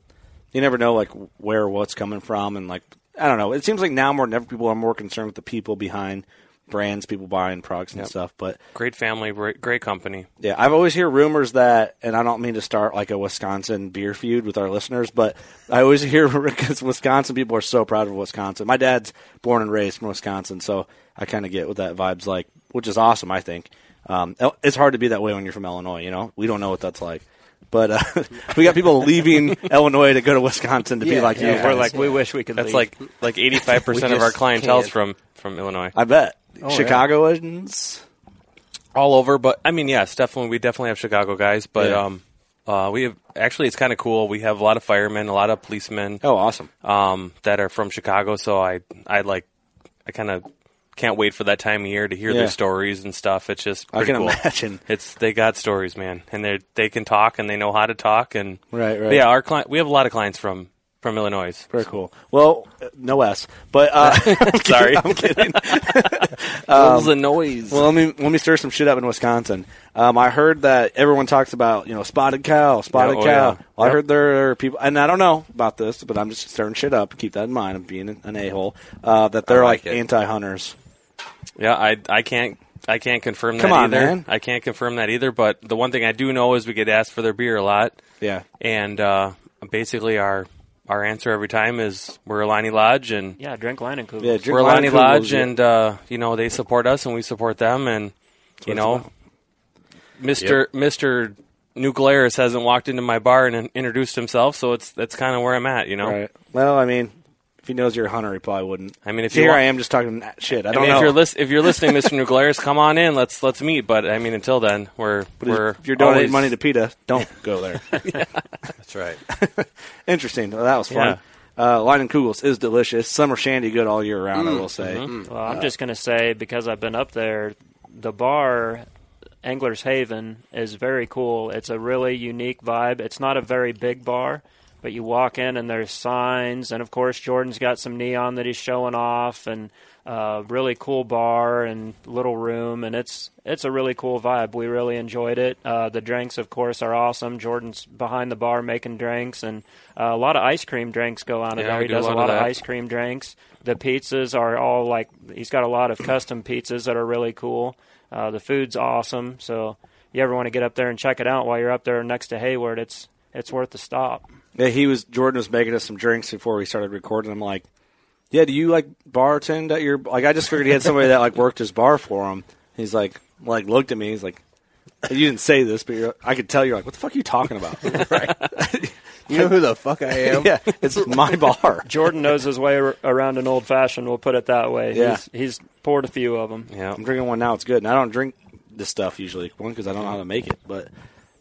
you never know like where what's coming from, and like I don't know. It seems like now more than ever, people are more concerned with the people behind brands, people buying products and stuff. But great family, great, great company. yeah, I've always hear rumors that, and I don't mean to start like a Wisconsin beer feud with our listeners, but I always hear because Wisconsin people are so proud of Wisconsin. My dad's born and raised from Wisconsin, so I kind of get what that vibe's like, which is awesome. I think um, el- it's hard to be that way when you're from Illinois. You know, we don't know what that's like, but uh, we got people leaving Illinois to go to Wisconsin to be Yeah, like you. yeah, we're guys. like we wish we could. That's leave. like like eighty five percent of our just clientele's can't. from from Illinois, I bet Oh, yeah. Chicagoans. all over. But I mean, yes, definitely, we definitely have Chicago guys. But Yeah. um, uh, we have actually, it's kind of cool. We have a lot of firemen, a lot of policemen, Oh, awesome! um, that are from Chicago. So I I like I kind of can't wait for that time of year to hear Yeah. their stories and stuff. It's just I pretty can cool. imagine. It's they got stories, man, and they they can talk and they know how to talk and Right, right. But yeah, our client we have a lot of clients from from Illinois. Very cool. Well, uh, no S, but uh, Sorry. I'm kidding. Um, noise. Well, let me let me stir some shit up in Wisconsin. Um, I heard that everyone talks about you know spotted cow, spotted Yeah, oh, cow. yeah. Well, I Yep. heard there are people, and I don't know about this, but I'm just stirring shit up. Keep that in mind. I'm being an a hole. Uh, that they're I like, like it. anti hunters. Yeah, I I can't I can't confirm Come that on, either. man. I can't confirm that either. But the one thing I do know is we get asked for their beer a lot, Yeah. and uh, basically our our answer every time is we're Alani Lodge and yeah, drink line and Kugels. Yeah, drink- we're Alani Alani Lodge, Kugels, yeah. and uh, you know they support us and we support them, and you know, Mister Mister New Glarus hasn't walked into my bar and introduced himself, so it's that's kind of where I'm at. You know, Right. Well, I mean, if he knows you're a hunter, he probably wouldn't. I mean, if you here want- I am just talking that shit. I I don't mean, know. if you're lis- if you're listening, Mister New Glarus, come on in. Let's let's meet. But I mean, until then, we're But we're if you're donating always- money to PETA, don't go there. That's right. Interesting. Well, that was fun. Uh, Line and Kugels is delicious. Summer shandy good all year round, Mm, I will say. mm-hmm. Well, I'm just gonna say because I've been up there, the bar Anglers Haven is very cool. It's a really unique vibe. It's not a very big bar, but you walk in and there's signs, and of course Jordan's got some neon that he's showing off, and uh, really cool bar and little room, and it's it's a really cool vibe. We really enjoyed it. Uh, the drinks, of course, are awesome. Jordan's behind the bar making drinks, and uh, a lot of ice cream drinks go on. Yeah, in there. we He do a does lot a of lot of that. ice cream drinks. The pizzas are all like he's got a lot of custom pizzas that are really cool. Uh, the food's awesome. So you ever want to get up there and check it out while you're up there next to Hayward, it's it's worth the stop. Yeah, he was Jordan was making us some drinks before we started recording. I'm like, yeah, do you like bartend at your like? I just figured he had somebody that like worked his bar for him. He's like, like looked at me. He's like, you didn't say this, but you're, I could tell you're like, what the fuck are you talking about? You know who the fuck I am? yeah, it's my bar. Jordan knows his way ar- around an old fashioned. We'll put it that way. Yeah. He's, he's poured a few of them. Yeah, I'm drinking one now. It's good, and I don't drink this stuff usually. One because I don't know how to make it, but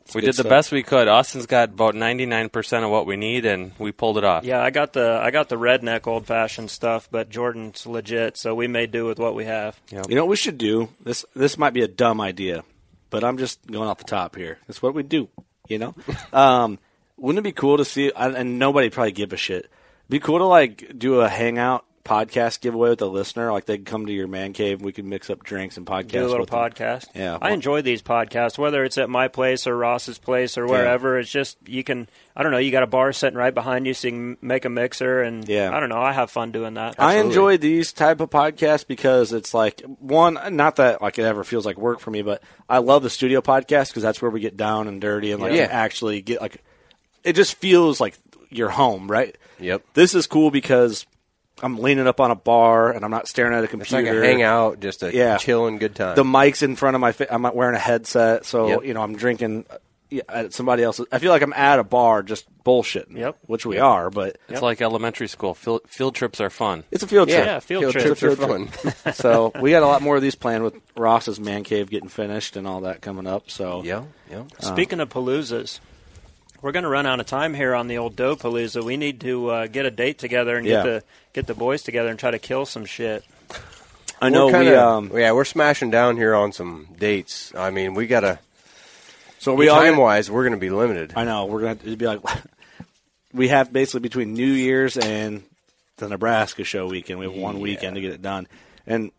it's we good did the stuff. best we could. Austin's got about 99% of what we need, and we pulled it off. Yeah, I got the I got the redneck old fashioned stuff, but Jordan's legit, so we may do with what we have. You know what we should do? This this might be a dumb idea, but I'm just going off the top here. That's what we do, you know? um, wouldn't it be cool to see I, and nobody probably give a shit. It'd be cool to like do a hangout podcast giveaway with the listener. Like they can come to your man cave, and we can mix up drinks and podcasts. do a little with them. podcast. Yeah. I enjoy these podcasts, whether it's at my place or Ross's place or wherever. It's just you can. I don't know. You got a bar sitting right behind you, so you can make a mixer, and Yeah. I don't know. I have fun doing that. I enjoy these type of podcasts because it's like one, not that like it ever feels like work for me, but I love the studio podcast because that's where we get down and dirty and like Yeah. actually get like it just feels like your home, right? Yep. This is cool because I'm leaning up on a bar and I'm not staring at a It's computer. like a hangout, just a Yeah. chilling good time. The mic's in front of my face. I'm not wearing a headset, so Yep. you know I'm drinking uh, yeah, at somebody else's. I feel like I'm at a bar just bullshitting. Yep. which we are, but It's like elementary school. Field, field trips are fun. it's a field trip. Yeah, field Field trips trips are Field fun. so we got a lot more of these planned with Ross's man cave getting finished and all that coming up. So yeah, yeah. uh, Speaking of paloozas, we're going to run out of time here on the old dough palooza. We need to uh, get a date together and get Yeah. the get the boys together and try to kill some shit. I know we're we kinda- um yeah, we're smashing down here on some dates. I mean, we gotta so we we all time wise, we're gonna be limited. I know we're gonna it'd be like we have basically between New Year's and the Nebraska show weekend. We have one weekend to get it done, and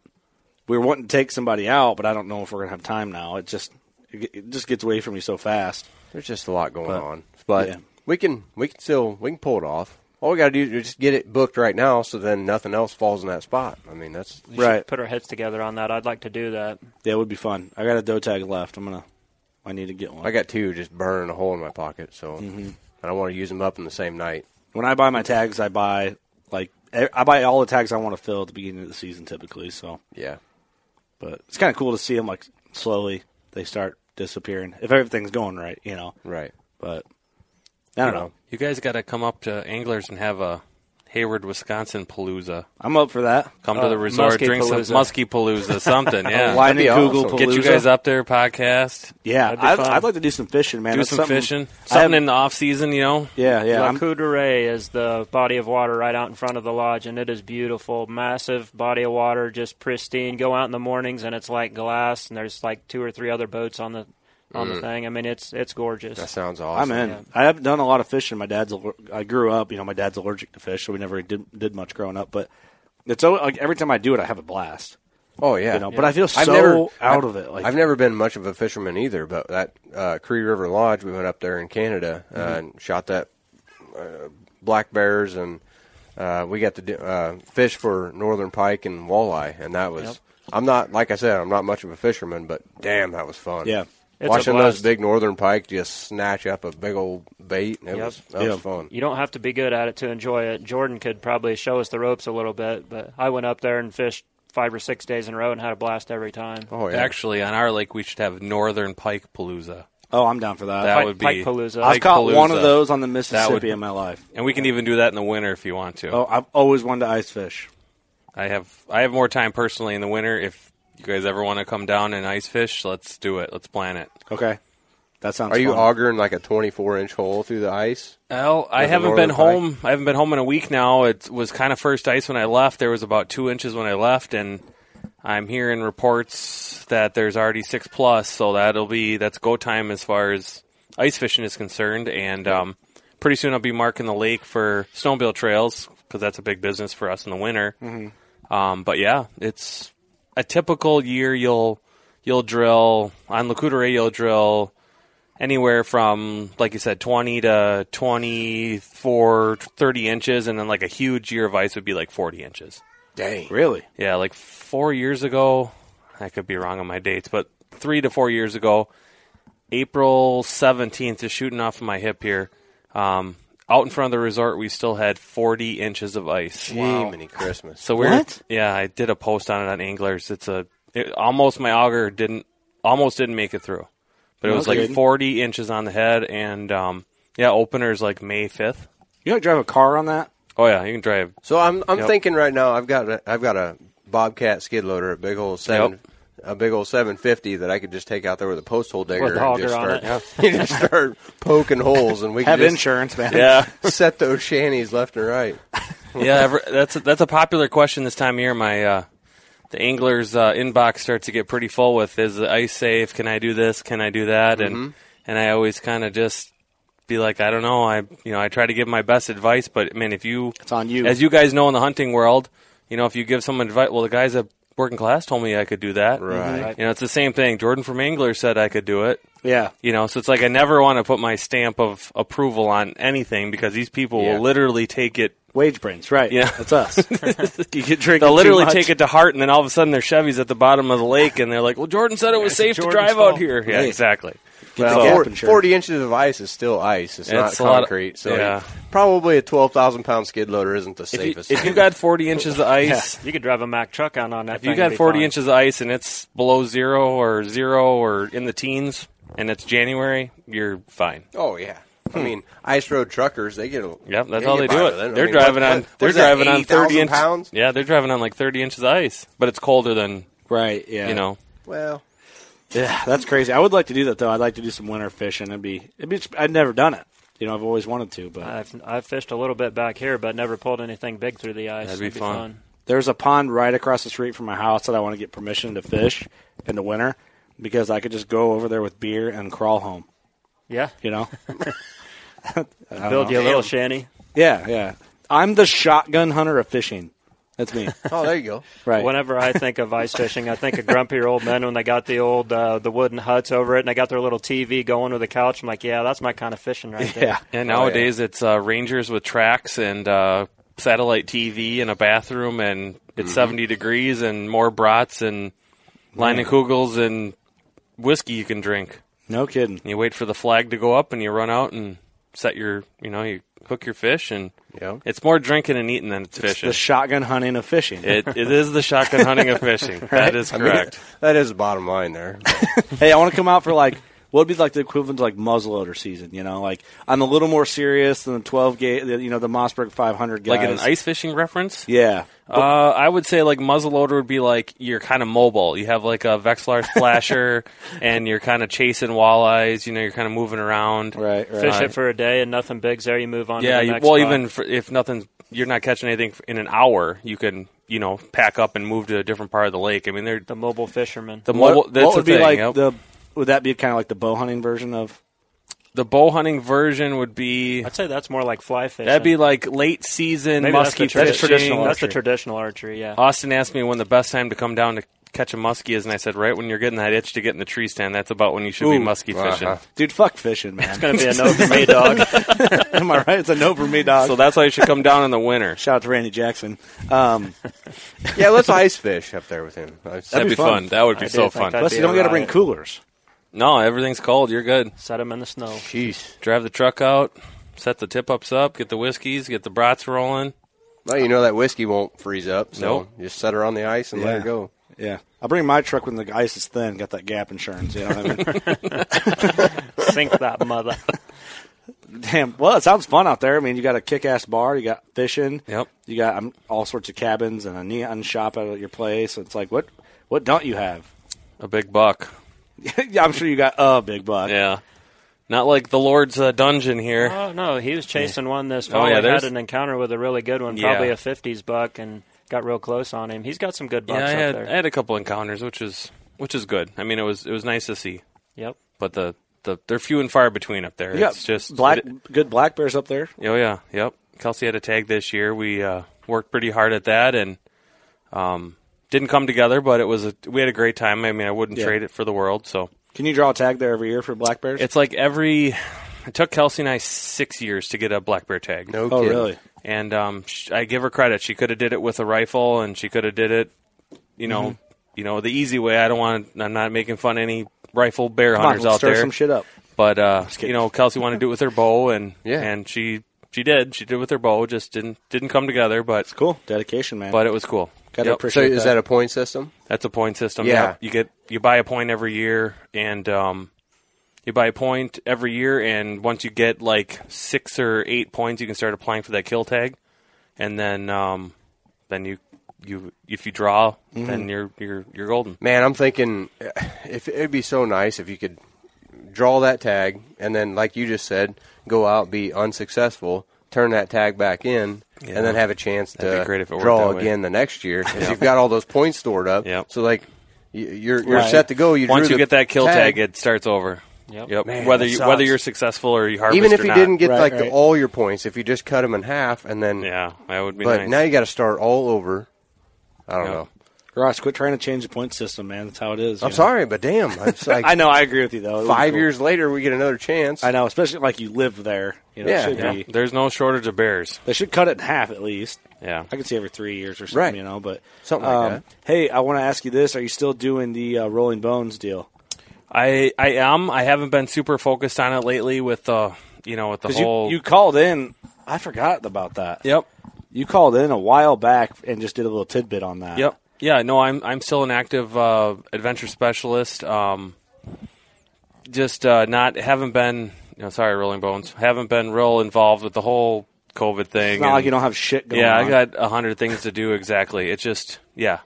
we were wanting to take somebody out, but I don't know if we're gonna have time now. It just it ge- it just gets away from me so fast. There's just a lot going But- on, but yeah. we can we can still we can pull it off. All we gotta do is just get it booked right now, so then nothing else falls in that spot. I mean, that's We should Right. Put our heads together on that. I'd like to do that. Yeah, it would be fun. I got a dough tag left. I'm gonna I need to get one. Mm-hmm. I got two just burning a hole in my pocket, so I don't want to use them up in the same night. when I buy my tags, I buy like e- I buy all the tags I want to fill at the beginning of the season typically. So, Yeah, but it's kind of cool to see them like slowly they start disappearing if everything's going right, you know. right. But I don't know. You guys got to come up to Anglers and have a Hayward, Wisconsin palooza. I'm up for that. Uh, Come to the resort, drink some musky palooza, something. Yeah, Wine be and Google awesome. get you Palooza. guys up there, podcast, Yeah, That'd be I'd, fun. I'd like to do some fishing, man. do That's some something- fishing, I haven't- something in the off season. You know, Yeah, yeah. La I'm- Coupe de Ray is the body of water right out in front of the lodge, and it is beautiful. Massive body of water, just pristine. Go out in the mornings, and it's like glass, and there's like two or three other boats on the on the thing. I mean, it's it's gorgeous. That sounds awesome. I'm in. I haven't done a lot of fishing. My dad's. aller- I grew up. You know, my dad's allergic to fish, so we never did, did much growing up. But it's always, like every time I do it, I have a blast. Oh yeah, You know, but I feel I've so never, out I've- of it, like- I've never been much of a fisherman either. But that uh, Cree River Lodge, we went up there in Canada uh, and shot that uh, black bears, and uh, we got to do, uh, fish for northern pike and walleye, and that was. I'm not like I said, I'm not much of a fisherman, but damn, that was fun. Yeah. It's a watching those blast. big northern pike just snatch up a big old bait, it was that Yeah. was fun. You don't have to be good at it to enjoy it. Jordan could probably show us the ropes a little bit, but I went up there and fished five or six days in a row and had a blast every time. Oh yeah, actually on our lake we should have Northern Pike palooza, Oh, I'm down for that. That I- Pike, would be- Pike Palooza. I've Pike caught one Palooza. of those on the Mississippi would- in my life. and we can even do that in the winter if you want to. Oh, I've always wanted to ice fish. I have I have more time personally in the winter. If you guys ever want to come down and ice fish, let's do it. Let's plan it. Okay, that sounds. are you fun. augering like a 24 inch hole through the ice? Well, I With the haven't northern been home. I haven't been home in a week now. It was kind of first ice when I left. There was about two inches when I left, and I'm hearing reports that there's already six plus. So that'll be that's go time as far as ice fishing is concerned. And um, pretty soon I'll be marking the lake for snowmobile trails because that's a big business for us in the winter. Um, but yeah, it's a typical year. You'll you'll drill on Lacouture. You'll drill anywhere from like you said 20 to 24 30 inches and then like a huge year of ice would be like 40 inches Dang, Really? yeah like four years ago i could be wrong on my dates but three to four years ago april 17th is shooting off my hip here um, out in front of the resort we still had 40 inches of ice Jiminy Christmas. so we're What? yeah, I did a post on it on Anglers. It's a it, almost my auger didn't almost didn't make it through, but it was like Okay. 40 inches on the head, and um, yeah, opener's like May 5th. You don't drive a car on that? Oh yeah, you can drive. So I'm I'm Yep. thinking right now I've got a, I've got a Bobcat skid loader, a big old seven, a big old seven fifty that I could just take out there with a post hole digger With the and auger just on start you just start poking holes and we Have can just insurance, man. Yeah, set those shanties left and right. yeah. Every, that's a, that's a popular question this time of year. My uh, the Anglers uh, inbox starts to get pretty full with is the ice safe? Can I do this? Can I do that? Mm-hmm. And and I always kind of just be like, I don't know. I you know I try to give my best advice, but man, if you It's on you. as you guys know in the hunting world, You know, if you give someone advice, well, the guys at working class told me I could do that. Right. You know, it's the same thing. Jordan from Angler said I could do it. Yeah. You know, so it's like I never want to put my stamp of approval on anything because these people Yeah. will literally take it. Wage prints, right? Yeah, that's us. you could drink. They'll literally take it to heart, and then all of a sudden their Chevy's at the bottom of the lake, and they're like, "Well, Jordan said it was safe to drive out here." Yeah, exactly. Well, four- 40 inches of ice is still ice. It's, not It's a lot of- concrete. so yeah. probably a 12,000 pound skid loader isn't the If you, safest. if you got 40 inches of ice, you could drive a Mack truck out on that. if you got 40 inches of ice and it's below zero or zero or in the teens, and it's January, you're fine. oh, yeah. I mean, ice road truckers, they get a. Hmm. Yep, that's they all get they by do. with I It. They're mean, driving what- on. what- what They're is that, driving on 30 80,000 inches. pounds. Yeah, they're driving on like 30 inches of ice, but it's colder than right. Yeah. you know. Well, Yeah, that's crazy. I would like to do that though. I'd like to do some winter fishing. It'd be, it'd be I'd never done it. You know, I've always wanted to, but I've I've fished a little bit back here, but never pulled anything big through the ice. That'd be It'd fun. there's a pond right across the street from my house that I want to get permission to fish in the winter because I could just go over there with beer and crawl home. Yeah, You know, I build don't you a know. little shanty. Yeah, yeah. I'm the shotgun hunter of fishing. That's me. oh, there you go. Right. Whenever I think of ice fishing, I think of grumpy old men when they got the old uh, the wooden huts over it, and they got their little TV going with a couch. I'm like, yeah, that's my kind of fishing right there. yeah. Yeah, nowadays it's uh, rangers with tracks and uh, satellite TV and a bathroom, and it's 70 degrees and more brats and line of kugels and whiskey you can drink. No kidding. And you wait for the flag to go up, and you run out and set your, you know, you hook your fish, and Yeah. it's more drinking and eating than it's fishing. The shotgun hunting of fishing. it, it is the shotgun hunting of fishing. That is correct. That is the bottom line there. hey, I want to come out for like what would be like the equivalent to like muzzleloader season. You know, like I'm a little more serious than the 12 gauge. You know, the Mossberg 500 guys. like an ice fishing reference. Yeah. Uh, I would say like muzzleloader would be like you're kind of mobile. You have like a Vexlar splasher, and you're kind of chasing walleyes. You know, you're kind of moving around. Right. Right. Fish it for a day and nothing big's there. You move on. To Yeah. the You, next well, spot. even for, if nothing's you're not catching anything in an hour, you can you know pack up and move to a different part of the lake. I mean, they're the mobile fisherman. the what, mobile. that's what would the be thing, like yep. the? Would that be kind of like the bow hunting version of? the bow hunting version would be I'd say that's more like fly fishing. that'd be like late season Maybe musky that's the, that's fishing. traditional. That's the traditional archery. Yeah. Austin asked me when the best time to come down to catch a muskie is, and I said, right when you're getting that itch to get in the tree stand, that's about when you should be muskie fishing. uh-huh. Dude, fuck fishing, man. Gonna be a no for me, dog. Am I right? It's a no for me, dog. So that's why you should come down in the winter. Shout out to Randy Jackson. Um, yeah, let's ice fish up there with him. That'd, That'd be fun. That would be I do so think fun. that'd plus, be you don't a got to bring riot. coolers. No, everything's cold. You're good. Set them in the snow. Jeez. Drive the truck out, set the tip ups up, get the whiskeys, get the brats rolling. Well, you know that whiskey won't freeze up, so Nope. just set her on the ice and let Yeah. her go. Yeah, I bring my truck when the ice is thin. Got that gap insurance. You know what I mean? Sink that mother. Damn. Well, it sounds fun out there. I mean, you got a kick-ass bar. You got fishing. Yep. You got um, all sorts of cabins and a neon shop out at your place. It's like what? What don't you have? A big buck. yeah, I'm sure you got a big buck. Yeah. Not like the Lord's uh, dungeon here. Oh no, he was chasing one this Oh, fall. yeah, he there's- had an encounter with a really good one, Yeah. probably a fifties buck, and got real close on him. He's got some good bucks yeah, I up had, there. I had a couple encounters, which is which is good. I mean, it was it was nice to see, yep. but the, the they're few and far between up there. You got it's just black, it- good black bears up there. Oh yeah, yep. Kelsey had a tag this year. We uh, worked pretty hard at that and um, didn't come together, but it was a, we had a great time. I mean, I wouldn't Yeah. trade it for the world. So Can you draw a tag there every year for black bears? it's like every it took Kelsey and I six years to get a black bear tag. No oh, kidding. really? And um, sh- I give her credit. She could have did it with a rifle, and she could have did it, you know, Mm-hmm. you know, the easy way. I don't want. I'm not making fun of any rifle bear Come on, hunters let's out stir there. some shit up. But uh, kidding. you know, Kelsey wanted to do it with her bow, and Yeah. and she she did. She did with her bow. Just didn't didn't come together, but Cool dedication, man. but it was cool. Gotta So Yep. appreciate is that a point system? That's a point system. Yeah. Yep. you get you buy a point every year, and um, you buy a point every year, and once you get like six or eight points, you can start applying for that kill tag, and then um, then you you if you draw, Mm-hmm. then you're you're you're golden. Man, I'm thinking eh, if it'd be so nice if you could draw that tag and then, like you just said, go out be unsuccessful, turn that tag back in, and then have a chance That'd to be great if it worked draw that way. again the next year. 'cause You've got all those points stored up, Yep. so like y- you're you're Right. set to go. You once drew you the get that kill tag, it starts over. Yep. Man, whether that you, sucks. whether you're successful or you harvest, even if or you not. didn't get Right, like The, right. all your points, if you just cut them in half and then yeah, that would be but nice. now you got to start all over. I don't know. Garage, quit trying to change the point system, man. That's how it is. I'm you know? sorry, but damn, it's like I know. I agree with you though. It would be Five cool. years later, we get another chance. I know, especially like you live there. You know, it Yeah, should yeah. be. There's no shortage of bears. They should cut it in half at least. Yeah. I could see every three years or something, Right. you know. But um, Something like that. Hey, I want to ask you this: Are you still doing the uh, Rolling Bones deal? I I am. I haven't been super focused on it lately with uh you know with the Because you, whole. you called in. I forgot about that. yep. You called in a while back and just did a little tidbit on that. Yep. Yeah. No, I'm I'm still an active uh, adventure specialist. Um, just uh, not haven't been. You know, sorry, Rolling Bones. Haven't been real involved with the whole COVID thing. It's not and- like you don't have shit going yeah, on. I got a hundred things to do. Exactly. It's just yeah,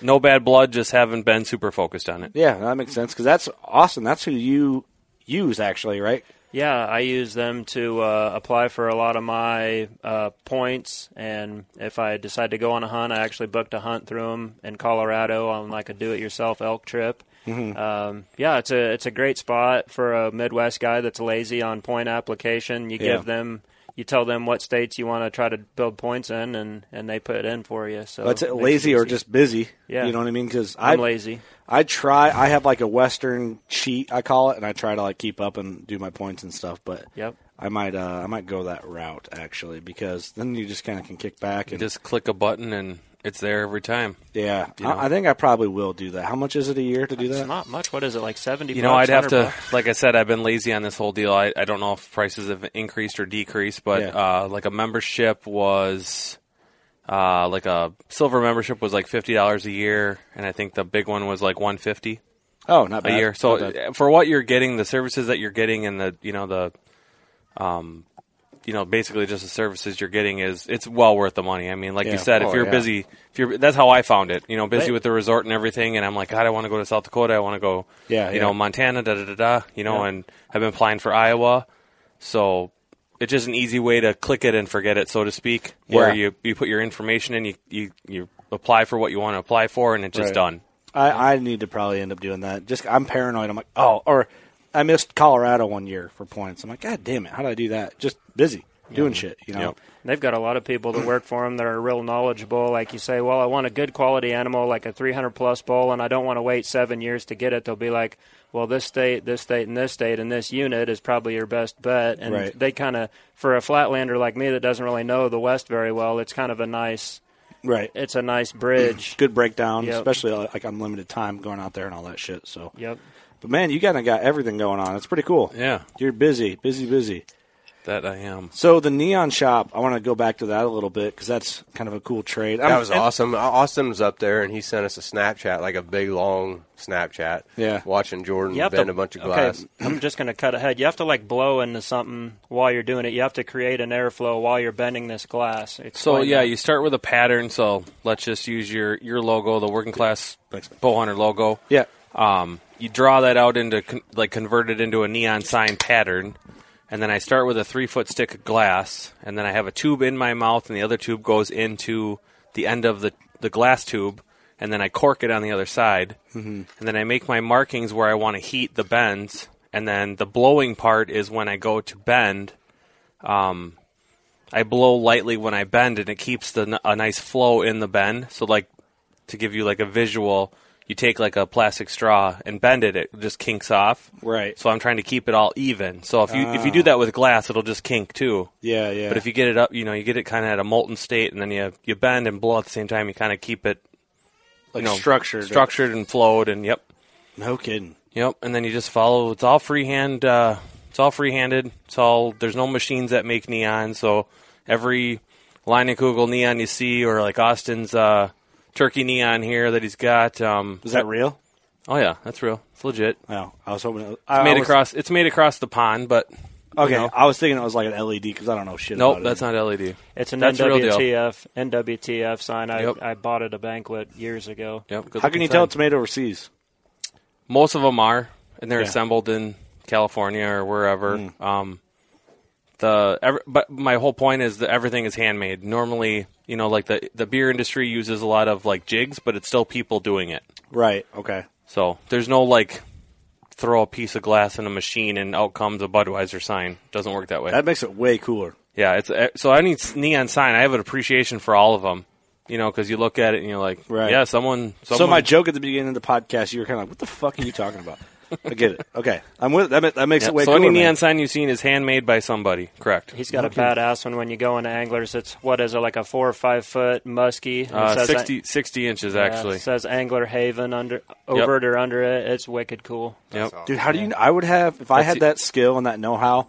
no bad blood. Just haven't been super focused on it. Yeah, that makes sense because that's awesome. That's who you use actually, right? Yeah, I use them to uh, apply for a lot of my uh, points, and if I decide to go on a hunt, I actually booked a hunt through them in Colorado on like a do-it-yourself elk trip. Mm-hmm. Um, yeah, it's a it's a great spot for a Midwest guy that's lazy on point application. You Yeah. give them, you tell them what states you want to try to build points in, and and they put it in for you. So That's it, makes lazy or easy. just busy. Yeah. you know what I mean. Because I'm lazy. I try. I have like a Western cheat, I call it, and I try to like keep up and do my points and stuff. But Yep. I might uh, I might go that route actually because then you just kind of can kick back and Just click a button and it's there every time. yeah. you know. I, I think I probably will do that. How much is it a year to do It's that? not much. What is it like seventy? You know, bucks, I'd have 100 to, bucks? like I said, I've been lazy on this whole deal. I, I don't know if prices have increased or decreased, but Yeah. uh, like a membership was, uh, like a silver membership was like fifty dollars a year, and I think the big one was like one fifty Oh, a not bad. year. So Not bad. uh, for what you're getting, the services that you're getting, and the you know the, um, you know basically just the services you're getting is it's well worth the money. I mean, like Yeah. you said, Oh, if you're yeah. busy, if you're that's how I found it. You know, busy Right. with the resort and everything, and I'm like, God, I want to go to South Dakota. I want to go, Yeah, you yeah. know, Montana, da da da da. You know, and I've been applying for Iowa, so. It's just an easy way to click it and forget it, so to speak. Where Yeah. you, you put your information in, you, you you apply for what you want to apply for, and it's just Right. done. I, I need to probably end up doing that. Just I'm paranoid. I'm like, oh, or I missed Colorado one year for points. I'm like, god damn it, how did I do that? Just busy doing shit, you know. Yep. They've got a lot of people that work for them that are real knowledgeable. Like you say, well, I want a good quality animal, like a 300 plus bull, and I don't want to wait seven years to get it. They'll be like, well, this state, this state, and this state, and this unit is probably your best bet. And Right. they kind of, for a flatlander like me that doesn't really know the West very well, it's kind of a nice, Right. it's a nice bridge. Good breakdown, Yep. especially uh, like unlimited time going out there and all that shit. So Yep. But man, you kind of got everything going on. It's pretty cool. Yeah. You're busy, busy, busy. That I am. So the neon shop, I want to go back to that a little bit because that's kind of a cool trade. Um, That was awesome. Austin's up there, and he sent us a Snapchat, like a big long Snapchat. Yeah. watching Jordan You have bend to, a bunch of okay, glass. I'm just going to cut ahead. You have to like blow into something while you're doing it. You have to create an airflow while you're bending this glass. So Explain yeah, that. you start with a pattern. So let's just use your your logo, the working class bow hunter logo. Yeah. Um, you draw that out into con- like convert it into a neon sign pattern, and then I start with a three foot stick of glass, and then I have a tube in my mouth, and the other tube goes into the end of the the glass tube, and then I cork it on the other side, mm-hmm. and then I make my markings where I want to heat the bends, and then the blowing part is when I go to bend. um, I blow lightly when I bend, and it keeps the a nice flow in the bend. So, like to give you like a visual, you take like a plastic straw and bend it; it just kinks off. Right. So I'm trying to keep it all even. So if you if you do that with glass, it'll just kink too. Yeah, yeah. But if you get it up, you know, you get it kind of at a molten state, and then you you bend and blow at the same time. You kind of keep it like you know, structured, structured and flowed, and yep. No kidding. Yep, and then you just follow. It's all freehand. Uh, it's all freehanded. It's all there's no machines that make neon. So every line of Kugel neon you see, or like Austin's uh, turkey neon here that he's got. Um, Is that real? oh yeah, that's real. It's legit. It's No, I was hoping. It, I, made I was, across. It's made across the pond, but Okay, you know. I was thinking it was like an LED because I don't know shit. nope, about that's it. not E LED. It's an That's the real deal. NWTF NWTF sign. I, Yep. I bought at a banquet years ago. Yep. How good-looking can you tell sign. it's made overseas? Most of them are, and they're Yeah. Hmm. assembled in California or wherever. Um, the ev but my whole point is that everything is handmade. Normally, you know, like the the beer industry uses a lot of like jigs, but it's still people doing it. Right. Okay. So there's no like throw a piece of glass in a machine and out comes a Budweiser sign. Doesn't work that way. eh, That makes it way cooler. yeah, it's uh, so I need neon sign. I have an appreciation for all of them. You know, because you look at it and you're like, Right. yeah, someone, someone. So my joke at the beginning of the podcast, you were kind of like, "What the fuck are you talking about?" I get it. Okay, I'm with that. ma- That makes Yeah, it way so cooler. any neon man. sign you've seen is handmade by somebody. Correct. He's got a badass one when you go into anglers. It's what is it like a four or five foot muskie? and it Uh, says- 60, 60 inches Yeah, actually. it says Angler Haven under over it or under it. It's wicked cool. Yep. Dude, how do you? I would have if I That's had the- that skill and that know-how,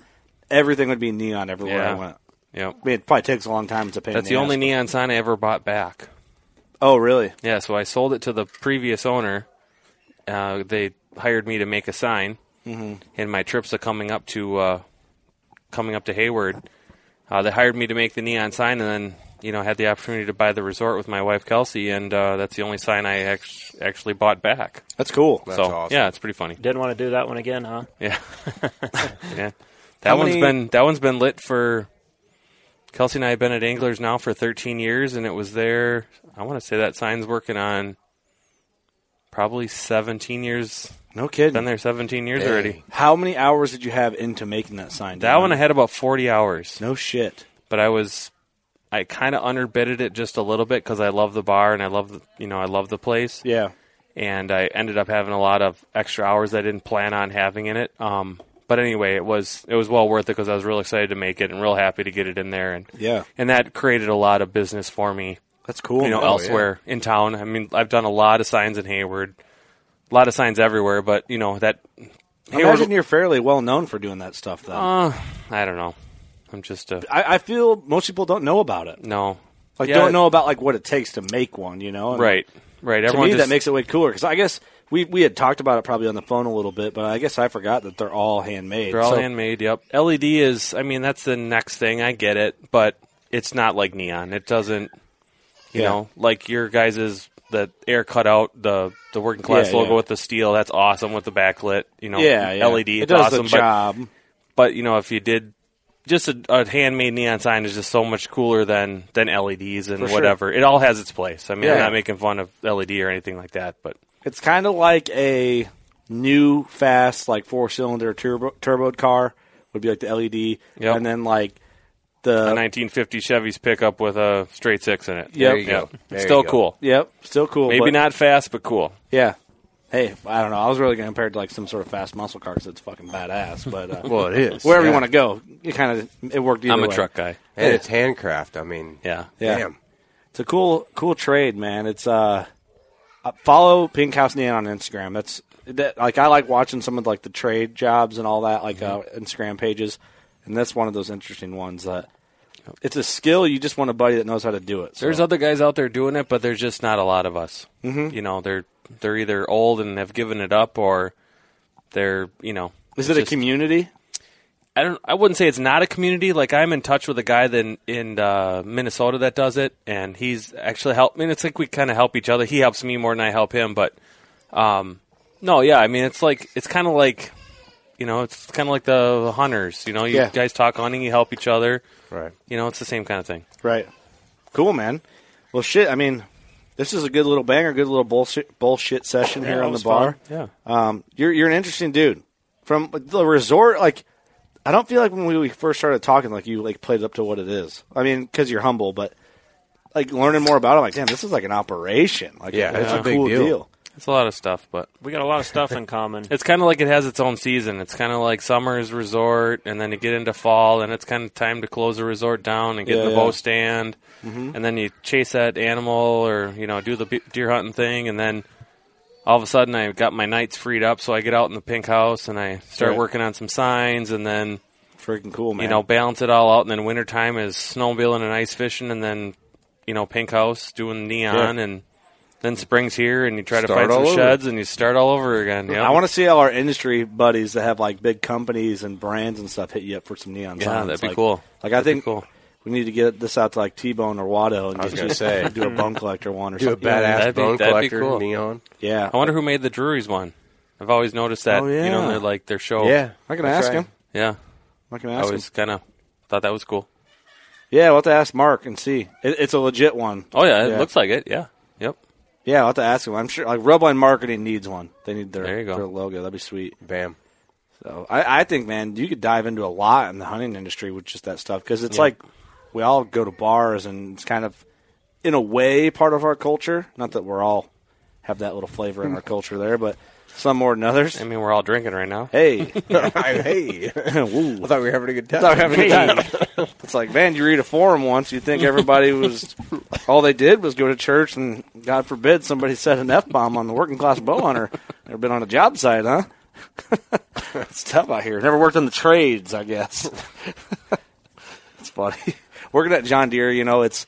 everything would be neon everywhere I Yeah. went. Yep. I mean, it probably takes a long time to paint. That's the only neon sign I ever bought back. Oh, really? Yeah, so I sold it to the previous owner. Uh, they hired me to make a sign, Mhm. Mm-hmm. and my trips are coming up to uh, coming up to Hayward. Uh, they hired me to make the neon sign, and then you know had the opportunity to buy the resort with my wife Kelsey, and uh, that's the only sign I act- actually bought back. That's cool. so yeah, it's pretty funny. Didn't want to do that one again, huh? Yeah, How yeah. That one's many- been that one's been lit for. Kelsey and I have been at Anglers now for 13 years, and it was there. I want to say that sign's working on probably 17 years. No kidding. Been there 17 years Dang. already. How many hours did you have into making that sign? That one I had about 40 hours. No shit. But I was, I kind of underbidded it just a little bit because I love the bar and I love the, you know, I love the place. Yeah. And I ended up having a lot of extra hours I didn't plan on having in it. Um, but anyway, it was it was well worth it because I was real excited to make it and real happy to get it in there and Yeah. and that created a lot of business for me. That's cool, You know, man. Oh, elsewhere in town. I mean, I've done a lot of signs in Hayward, a lot of signs everywhere, but you know that Imagine you're fairly well known for doing that stuff, though. Uh, I don't know. I'm just a I, I feel most people don't know about it. no. Like Yeah, don't know about like what it takes to make one, you know? And Right. Right. To Everyone me, just- that makes it way cooler because I guess we we had talked about it probably on the phone a little bit, but I guess I forgot that they're all handmade. They're all So- handmade. Yep. LED is. I mean, that's the next thing. I get it, but it's not like neon. It doesn't. You Yeah. know, like your guys's the air cutout, the the working class Yeah, logo yeah. with the steel. That's awesome with the backlit. You know, Yeah, yeah. LED. It it's does the awesome, job. But, but you know, if you did. Just a, a handmade neon sign is just so much cooler than, than LEDs and For sure. whatever. It all has its place. I mean, I'm Yeah. not making fun of LED or anything like that, but It's kind of like a new fast like four cylinder turbo turboed car would be like the LED, Yep. and then like the a 1950 Chevy's pickup with a straight six in it. Yep. There you go. Yep. There Still you go. cool. Yep. Still cool. Maybe but- not fast, but cool. yeah. Hey, I don't know. I was really going to compare it to like some sort of fast muscle car because it's fucking badass. But uh, Well, it is, wherever you yeah. want to go. It kind of it worked. Either I'm a way. truck guy. And it's handcraft, I mean, yeah, yeah. damn. It's a cool, cool trade, man. It's uh, uh, follow Pink House Neon on Instagram. That's that. Like I like watching some of like the trade jobs and all that, like Mm-hmm. uh, Instagram pages, and that's one of those interesting ones that it's a skill. You just want a buddy that knows how to do it. So. There's other guys out there doing it, but there's just not a lot of us. Mhm. You know, they're they're either old and have given it up, or they're you know. Is it's it a just- community? I don't. I wouldn't say it's not a community. Like I'm in touch with a guy then in uh, Minnesota that does it, and he's actually helped. I mean, it's like we kind of help each other. He helps me more than I help him, but um, no, yeah. I mean, it's like it's kind of like you know, it's kind of like the hunters. You know, you Yeah. guys talk hunting, you help each other. Right. You know, it's the same kind of thing. Right. Cool, man. Well, shit. I mean, this is a good little banger, good little bullshit bullshit session Yeah, here that on the was bar. fun. Yeah. Um, you're you're an interesting dude from the resort. Like, I don't feel like when we, we first started talking, like you like played up to what it is. I mean, because you're humble, but like learning more about it, like, damn, this is like an operation. Like, it's a, cool deal. It's a lot of stuff, but We got a lot of stuff in common. It's kind of like it has its own season. It's kind of like summer's resort, and then you get into fall, and it's kind of time to close the resort down and get Yeah, in the yeah. bow stand, Mm-hmm. Mhm. and then you chase that animal or you know do the be- deer hunting thing, and then all of a sudden I got my nights freed up, so I get out in the pink house and I start Right. working on some signs, and then freaking cool, man. You know, balance it all out, and then wintertime is snowmobiling and ice fishing, and then you know pink house doing neon, Yeah. and then spring's here, and you try Start to find some all over. sheds, and you start all over again. Yeah, I want to see all our industry buddies that have like big companies and brands and stuff hit you up for some neon Yeah, signs. that'd be Like- cool. Like I think we need to get this out to like T Bone or Watto and I was get gonna you- say. do a bone collector one or Do a something. badass That'd be- bone that'd be collector cool. neon. Yeah, I wonder who made the Drury's one. I've always noticed that. Oh, You know, yeah. they're like their show. Yeah, I can That's ask right. him. Yeah, I can ask I was kind of thought that was cool. yeah. We'll have to ask Mark and see. It, it's a legit one. Oh yeah, it looks like it. Yeah. Yep. Yeah, I'll have to ask him. I'm sure like Rubline Marketing needs one. They need their, There you go. their logo. That'd be sweet. Bam. So I, I think, man, you could dive into a lot in the hunting industry with just that stuff because it's Yeah. like we all go to bars and it's kind of in a way part of our culture. Not that we're all have that little flavor in our culture there, but some more than others. I mean, we're all drinking right now. Hey, hey! Ooh. I thought we were having a good time. Thought we were having a good time. it's like, man, you read a forum once, you think everybody was, all they did was go to church, and God forbid somebody said an F bomb on the working class bow hunter. Never been on a job site, huh? it's tough out here. Never worked in the trades, I guess. it's funny. Working at John Deere, you know, it's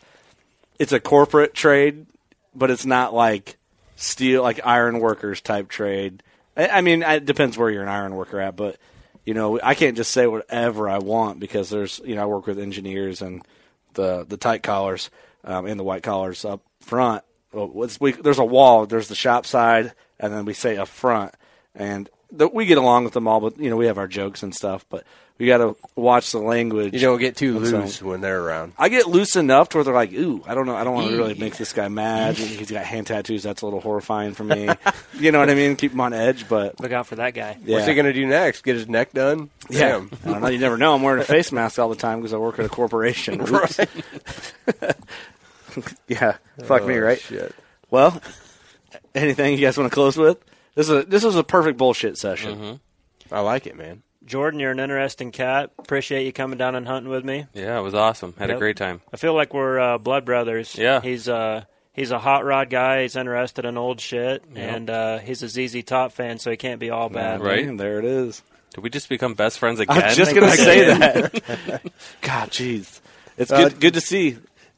it's a corporate trade, but it's not like steel, like iron workers type trade. I, I mean, it depends where you're an iron worker at, but you know, I can't just say whatever I want because there's, you know, I work with engineers and the the tight collars um, and the white collars up front. Well, what's- we, there's a wall. There's the shop side, and then we say up front, and the, we get along with them all. But you know, we have our jokes and stuff. But we got to watch the language. You don't get too And so- loose when they're around. I get loose enough to where they're like, "Ooh, I don't know, I don't want to really make this guy mad. He's got hand tattoos. That's a little horrifying for me. you know what I mean? Keep him on edge, but Look out for that guy. yeah, What's he going to do next? Get his neck done? yeah. Damn. I don't know. You never know. I'm wearing a face mask all the time because I work at a corporation. Oops. yeah, fuck me, Oh, right? Shit. Well, anything you guys want to close with? This is a, this is a perfect bullshit session. I like it, man. Jordan, you're an interesting cat. Appreciate you coming down and hunting with me. Yeah, it was awesome. Had a Yep. great time. I feel like we're uh, blood brothers. Yeah. He's uh he's a hot rod guy. He's interested in old shit, and uh, he's a ZZ Top fan, so he can't be all bad. Right. Damn, there it is. Did we just become best friends again? I was just gonna say that. God, jeez, it's Uh, good. Good to see.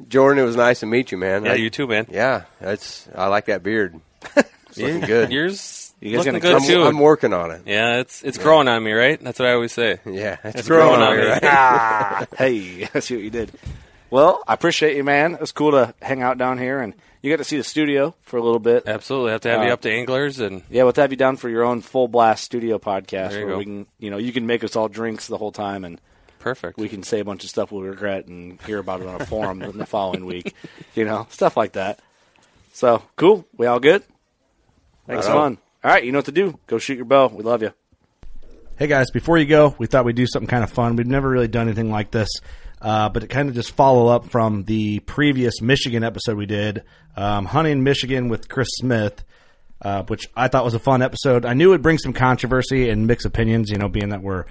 Jordan, it was nice to meet you, man. Yeah, I- you too, man. Yeah, that's. I like that beard. It's looking good. Yours You guys looking gonna I'm, good too. I'm working on it. yeah, it's it's growing on me, right? That's what I always say. Yeah, it's, growing on me. right? ah, hey, I see what you did. Well, I appreciate you, man. It was cool to hang out down here, and you got to see the studio for a little bit. Absolutely. Have to have Uh, you up to anglers and Yeah, we'll have you down for your own full blast studio podcast There you where go. we can, you know, you can make us all drinks the whole time, and perfect. we can say a bunch of stuff we'll regret and hear about it on a forum the following week. You know, stuff like that. So cool. We all good? Thanks, Right on. fun. All right, you know what to do. Go shoot your bow. We love you. Hey guys, before you go, we thought we'd do something kind of fun. We've never really done anything like this, uh, but it kind of just follow up from the previous Michigan episode we did, um, hunting Michigan with Chris Smith, uh, which I thought was a fun episode. I knew it'd bring some controversy and mixed opinions, you know, being that we're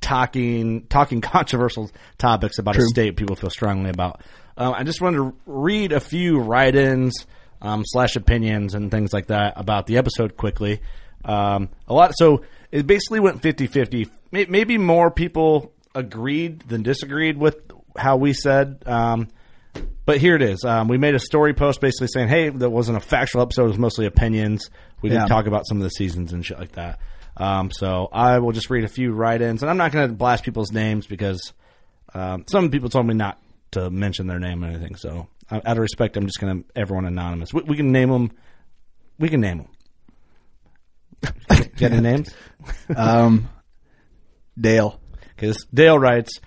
talking talking controversial topics about a state people feel strongly about. Um, I just wanted to read a few write-ins um, slash opinions and things like that about the episode quickly. Um, a lot, so it basically went 50-50. May- Maybe more people agreed than disagreed with how we said. Um, but here it is. Um, we made a story post basically saying, "Hey, that wasn't a factual episode; it was mostly opinions. We didn't Yeah. talk about some of the seasons and shit like that." Um, so I will just read a few write-ins, and I'm not going to blast people's names because um, some people told me not to mention their name or anything. So uh, out of respect, I'm just going to everyone anonymous. We, we can name them. We can name them. Got any names? Um, Dale. Because Dale writes,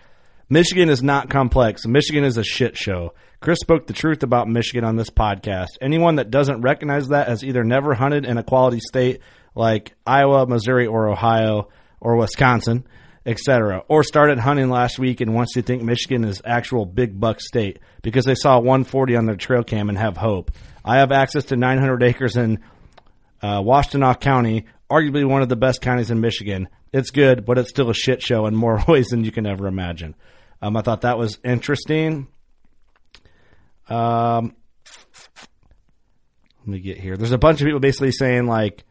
Michigan is not complex. Michigan is a shit show. Chris spoke the truth about Michigan on this podcast. Anyone that doesn't recognize that has either never hunted in a quality state like Iowa, Missouri, or Ohio, or Wisconsin, etc., or started hunting last week and wants to think Michigan is actual big buck state because they saw 140 on their trail cam and have hope. I have access to 900 acres in uh, Washtenaw County, arguably one of the best counties in Michigan. It's good, but it's still a shit show in more ways than you can ever imagine. Um, I thought that was interesting. Um, let me get here. There's a bunch of people basically saying like,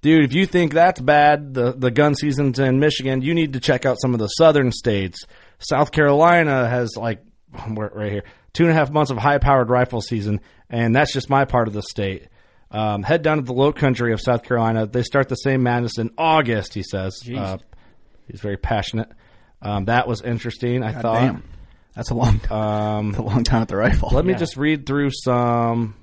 dude, if you think that's bad, the the gun season's in Michigan, you need to check out some of the southern states. South Carolina has like we're right here two and a half months of high powered rifle season, and that's just my part of the state. Um, head down to the low country of South Carolina. They start the same madness in August. He says uh, he's very passionate. Um, that was interesting. I thought. Damn, that's a long, um, a long time at the rifle. Let me just read through some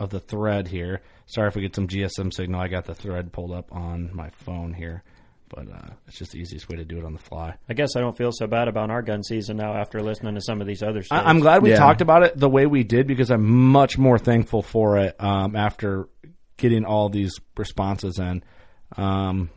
of the thread here. Sorry if we get some GSM signal. I got the thread pulled up on my phone here, but uh, it's just the easiest way to do it on the fly. I guess I don't feel so bad about our gun season now after listening to some of these other. I- States. I'm glad we Yeah. talked about it the way we did because I'm much more thankful for it um, after getting all these responses in. Um,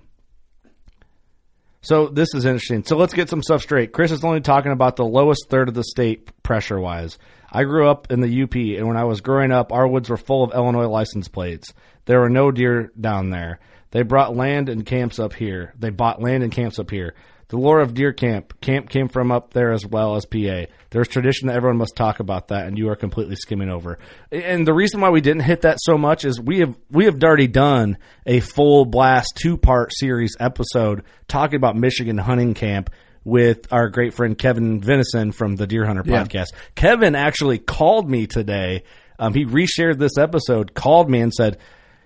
So this is interesting. So let's get some stuff straight. Chris is only talking about the lowest third of the state pressure wise. I grew up in the UP, and when I was growing up, our woods were full of Illinois license plates. There were no deer down there. They brought land and camps up here. They bought land and camps up here. The lore of deer camp camp came from up there as well as PA. There's tradition that everyone must talk about that, and you are completely skimming over. And the reason why we didn't hit that so much is we have we have already done a full blast two part series episode talking about Michigan hunting camp with our great friend Kevin Venison from the Deer Hunter Yeah. podcast. Kevin actually called me today. Um, he reshared this episode, called me, and said,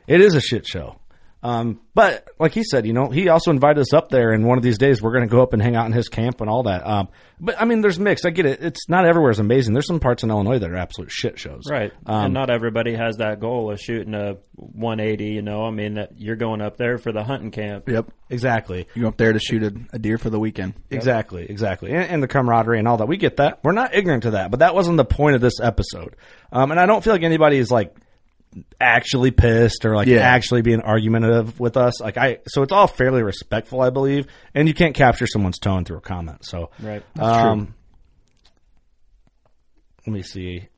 "It is a shit show." Um, but like he said, you know, he also invited us up there, and one of these days we're going to go up and hang out in his camp and all that. Um, but I mean, there's mixed. I get it. It's not everywhere is amazing. There's some parts in Illinois that are absolute shit shows. Right. Um, and not everybody has that goal of shooting a 180, you know. I mean, that you're going up there for the hunting camp. Yep. exactly. You go up there to shoot a, a deer for the weekend. Exactly, exactly. And, and the camaraderie and all that. We get that. We're not ignorant to that, but that wasn't the point of this episode. Um, and I don't feel like anybody is like actually pissed or like Yeah. actually being argumentative with us. Like I, so it's all fairly respectful, I believe. And you can't capture someone's tone through a comment. So, Right. um, let me see.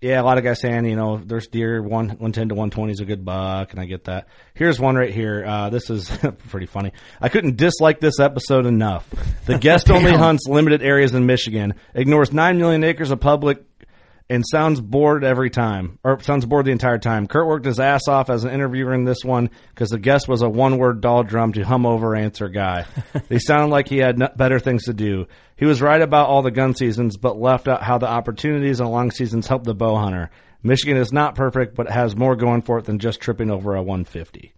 Yeah, a lot of guys saying, you know, there's deer one one ten to one twenty is a good buck, and I get that. Here's one right here. Uh, this is pretty funny. I couldn't dislike this episode enough. The guest only hunts limited areas in Michigan, ignores nine million acres of public, and sounds bored every time, or sounds bored the entire time. Kurt worked his ass off as an interviewer in this one because the guest was a one-word doldrum to hum over answer guy. he sounded like he had no- better things to do. He was right about all the gun seasons, but left out how the opportunities and long seasons help the bow hunter. Michigan is not perfect, but has more going for it than just tripping over a 150.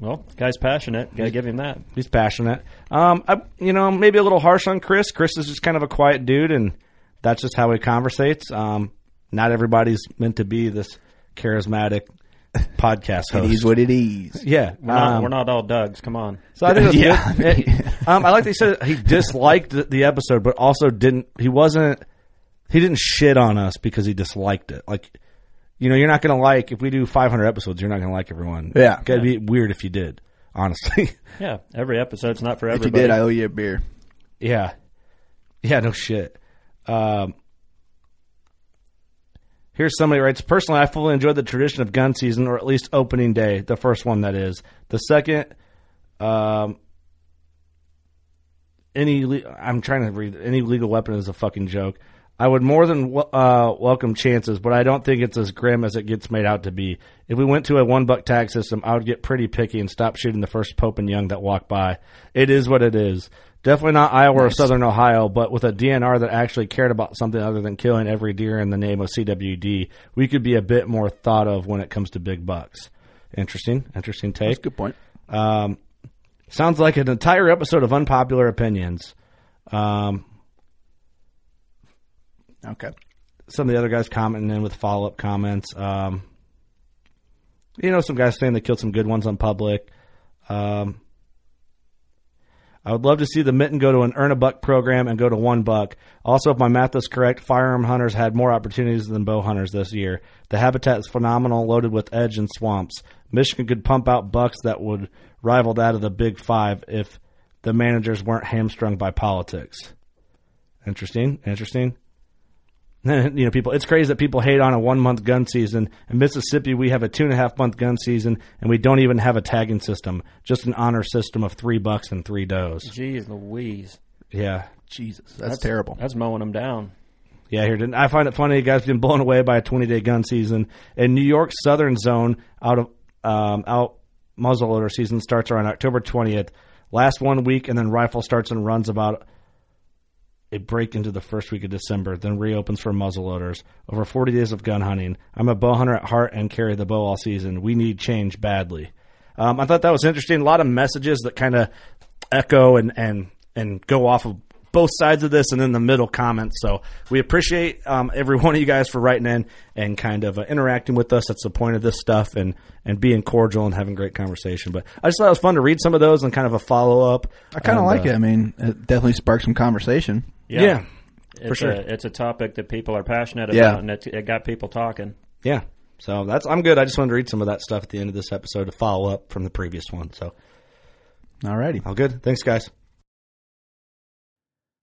Well, guy's passionate. Got to give him that. He's passionate. Um, I, you know, maybe a little harsh on Chris. Chris is just kind of a quiet dude, and that's just how he conversates. Um, not everybody's meant to be this charismatic podcast It is host. what it is. Yeah, We're not, um, we're not all Dougs. Come on. So I think that's Yeah. good. It- um, I like that he said he disliked the, the episode, but also didn't. He wasn't. He didn't shit on us because he disliked it. Like, you know, you're not going to like if we do 500 episodes. You're not going to like everyone. Yeah. it'd be weird if you did. Honestly. Yeah, every episode's not for If you everybody. did, I owe you a beer. Yeah. Yeah, no shit. Um, here's somebody writes Personally, I fully enjoyed the tradition of gun season, or at least opening day, the first one that is. The second, um, any le- I'm trying to read any legal weapon is a fucking joke. I would more than wel- uh, welcome chances, but I don't think it's as grim as it gets made out to be. If we went to a one buck tag system, I would get pretty picky and stop shooting the first Pope and Young that walk by. It is what it is. Definitely not Iowa or Southern Ohio, but with a DNR that actually cared about something other than killing every deer in the name of CWD, we could be a bit more thought of when it comes to big bucks. Interesting, interesting take. Good point. Um, sounds like an entire episode of unpopular opinions. Um, Okay. some of the other guys commenting in with follow up comments. Um, you know, some guys saying they killed some good ones on public. Um, I would love to see the mitten go to an earn a buck program and go to one buck. Also, if my math is correct, firearm hunters had more opportunities than bow hunters this year. The habitat is phenomenal, loaded with edge and swamps. Michigan could pump out bucks that would rival that of the Big Five if the managers weren't hamstrung by politics. Interesting, interesting. you know, people. It's crazy that people hate on a one month gun season. In Mississippi, we have a two and a half month gun season, and we don't even have a tagging system. Just an honor system of three bucks and three does. Jeez Louise. Yeah, Jesus, that's, terrible. That's mowing them down. yeah. Here, didn't I find it funny? Guys been blown away by a twenty day gun season in New York's southern zone. Out of um, out muzzleloader season starts around October twentieth. Last one week, and then rifle starts and runs about a break into the first week of December, then reopens for muzzleloaders. Over 40 days of gun hunting. I'm a bow hunter at heart and carry the bow all season. We need change badly. Um, I thought that was interesting. A lot of messages that kind of echo and, and, and go off of both sides of this and in the middle comments. So we appreciate um, every one of you guys for writing in and kind of uh, interacting with us. That's the point of this stuff and, and being cordial and having great conversation. But I just thought it was fun to read some of those and kind of a follow up. I kind of like it. I mean, it definitely sparked some conversation. Yeah. yeah. It's sure. A, it's a topic that people are passionate about, Yeah. and it, it got people talking. Yeah. So that's I'm good. I just wanted to read some of that stuff at the end of this episode to follow up from the previous one. So All righty. All good. Thanks, guys.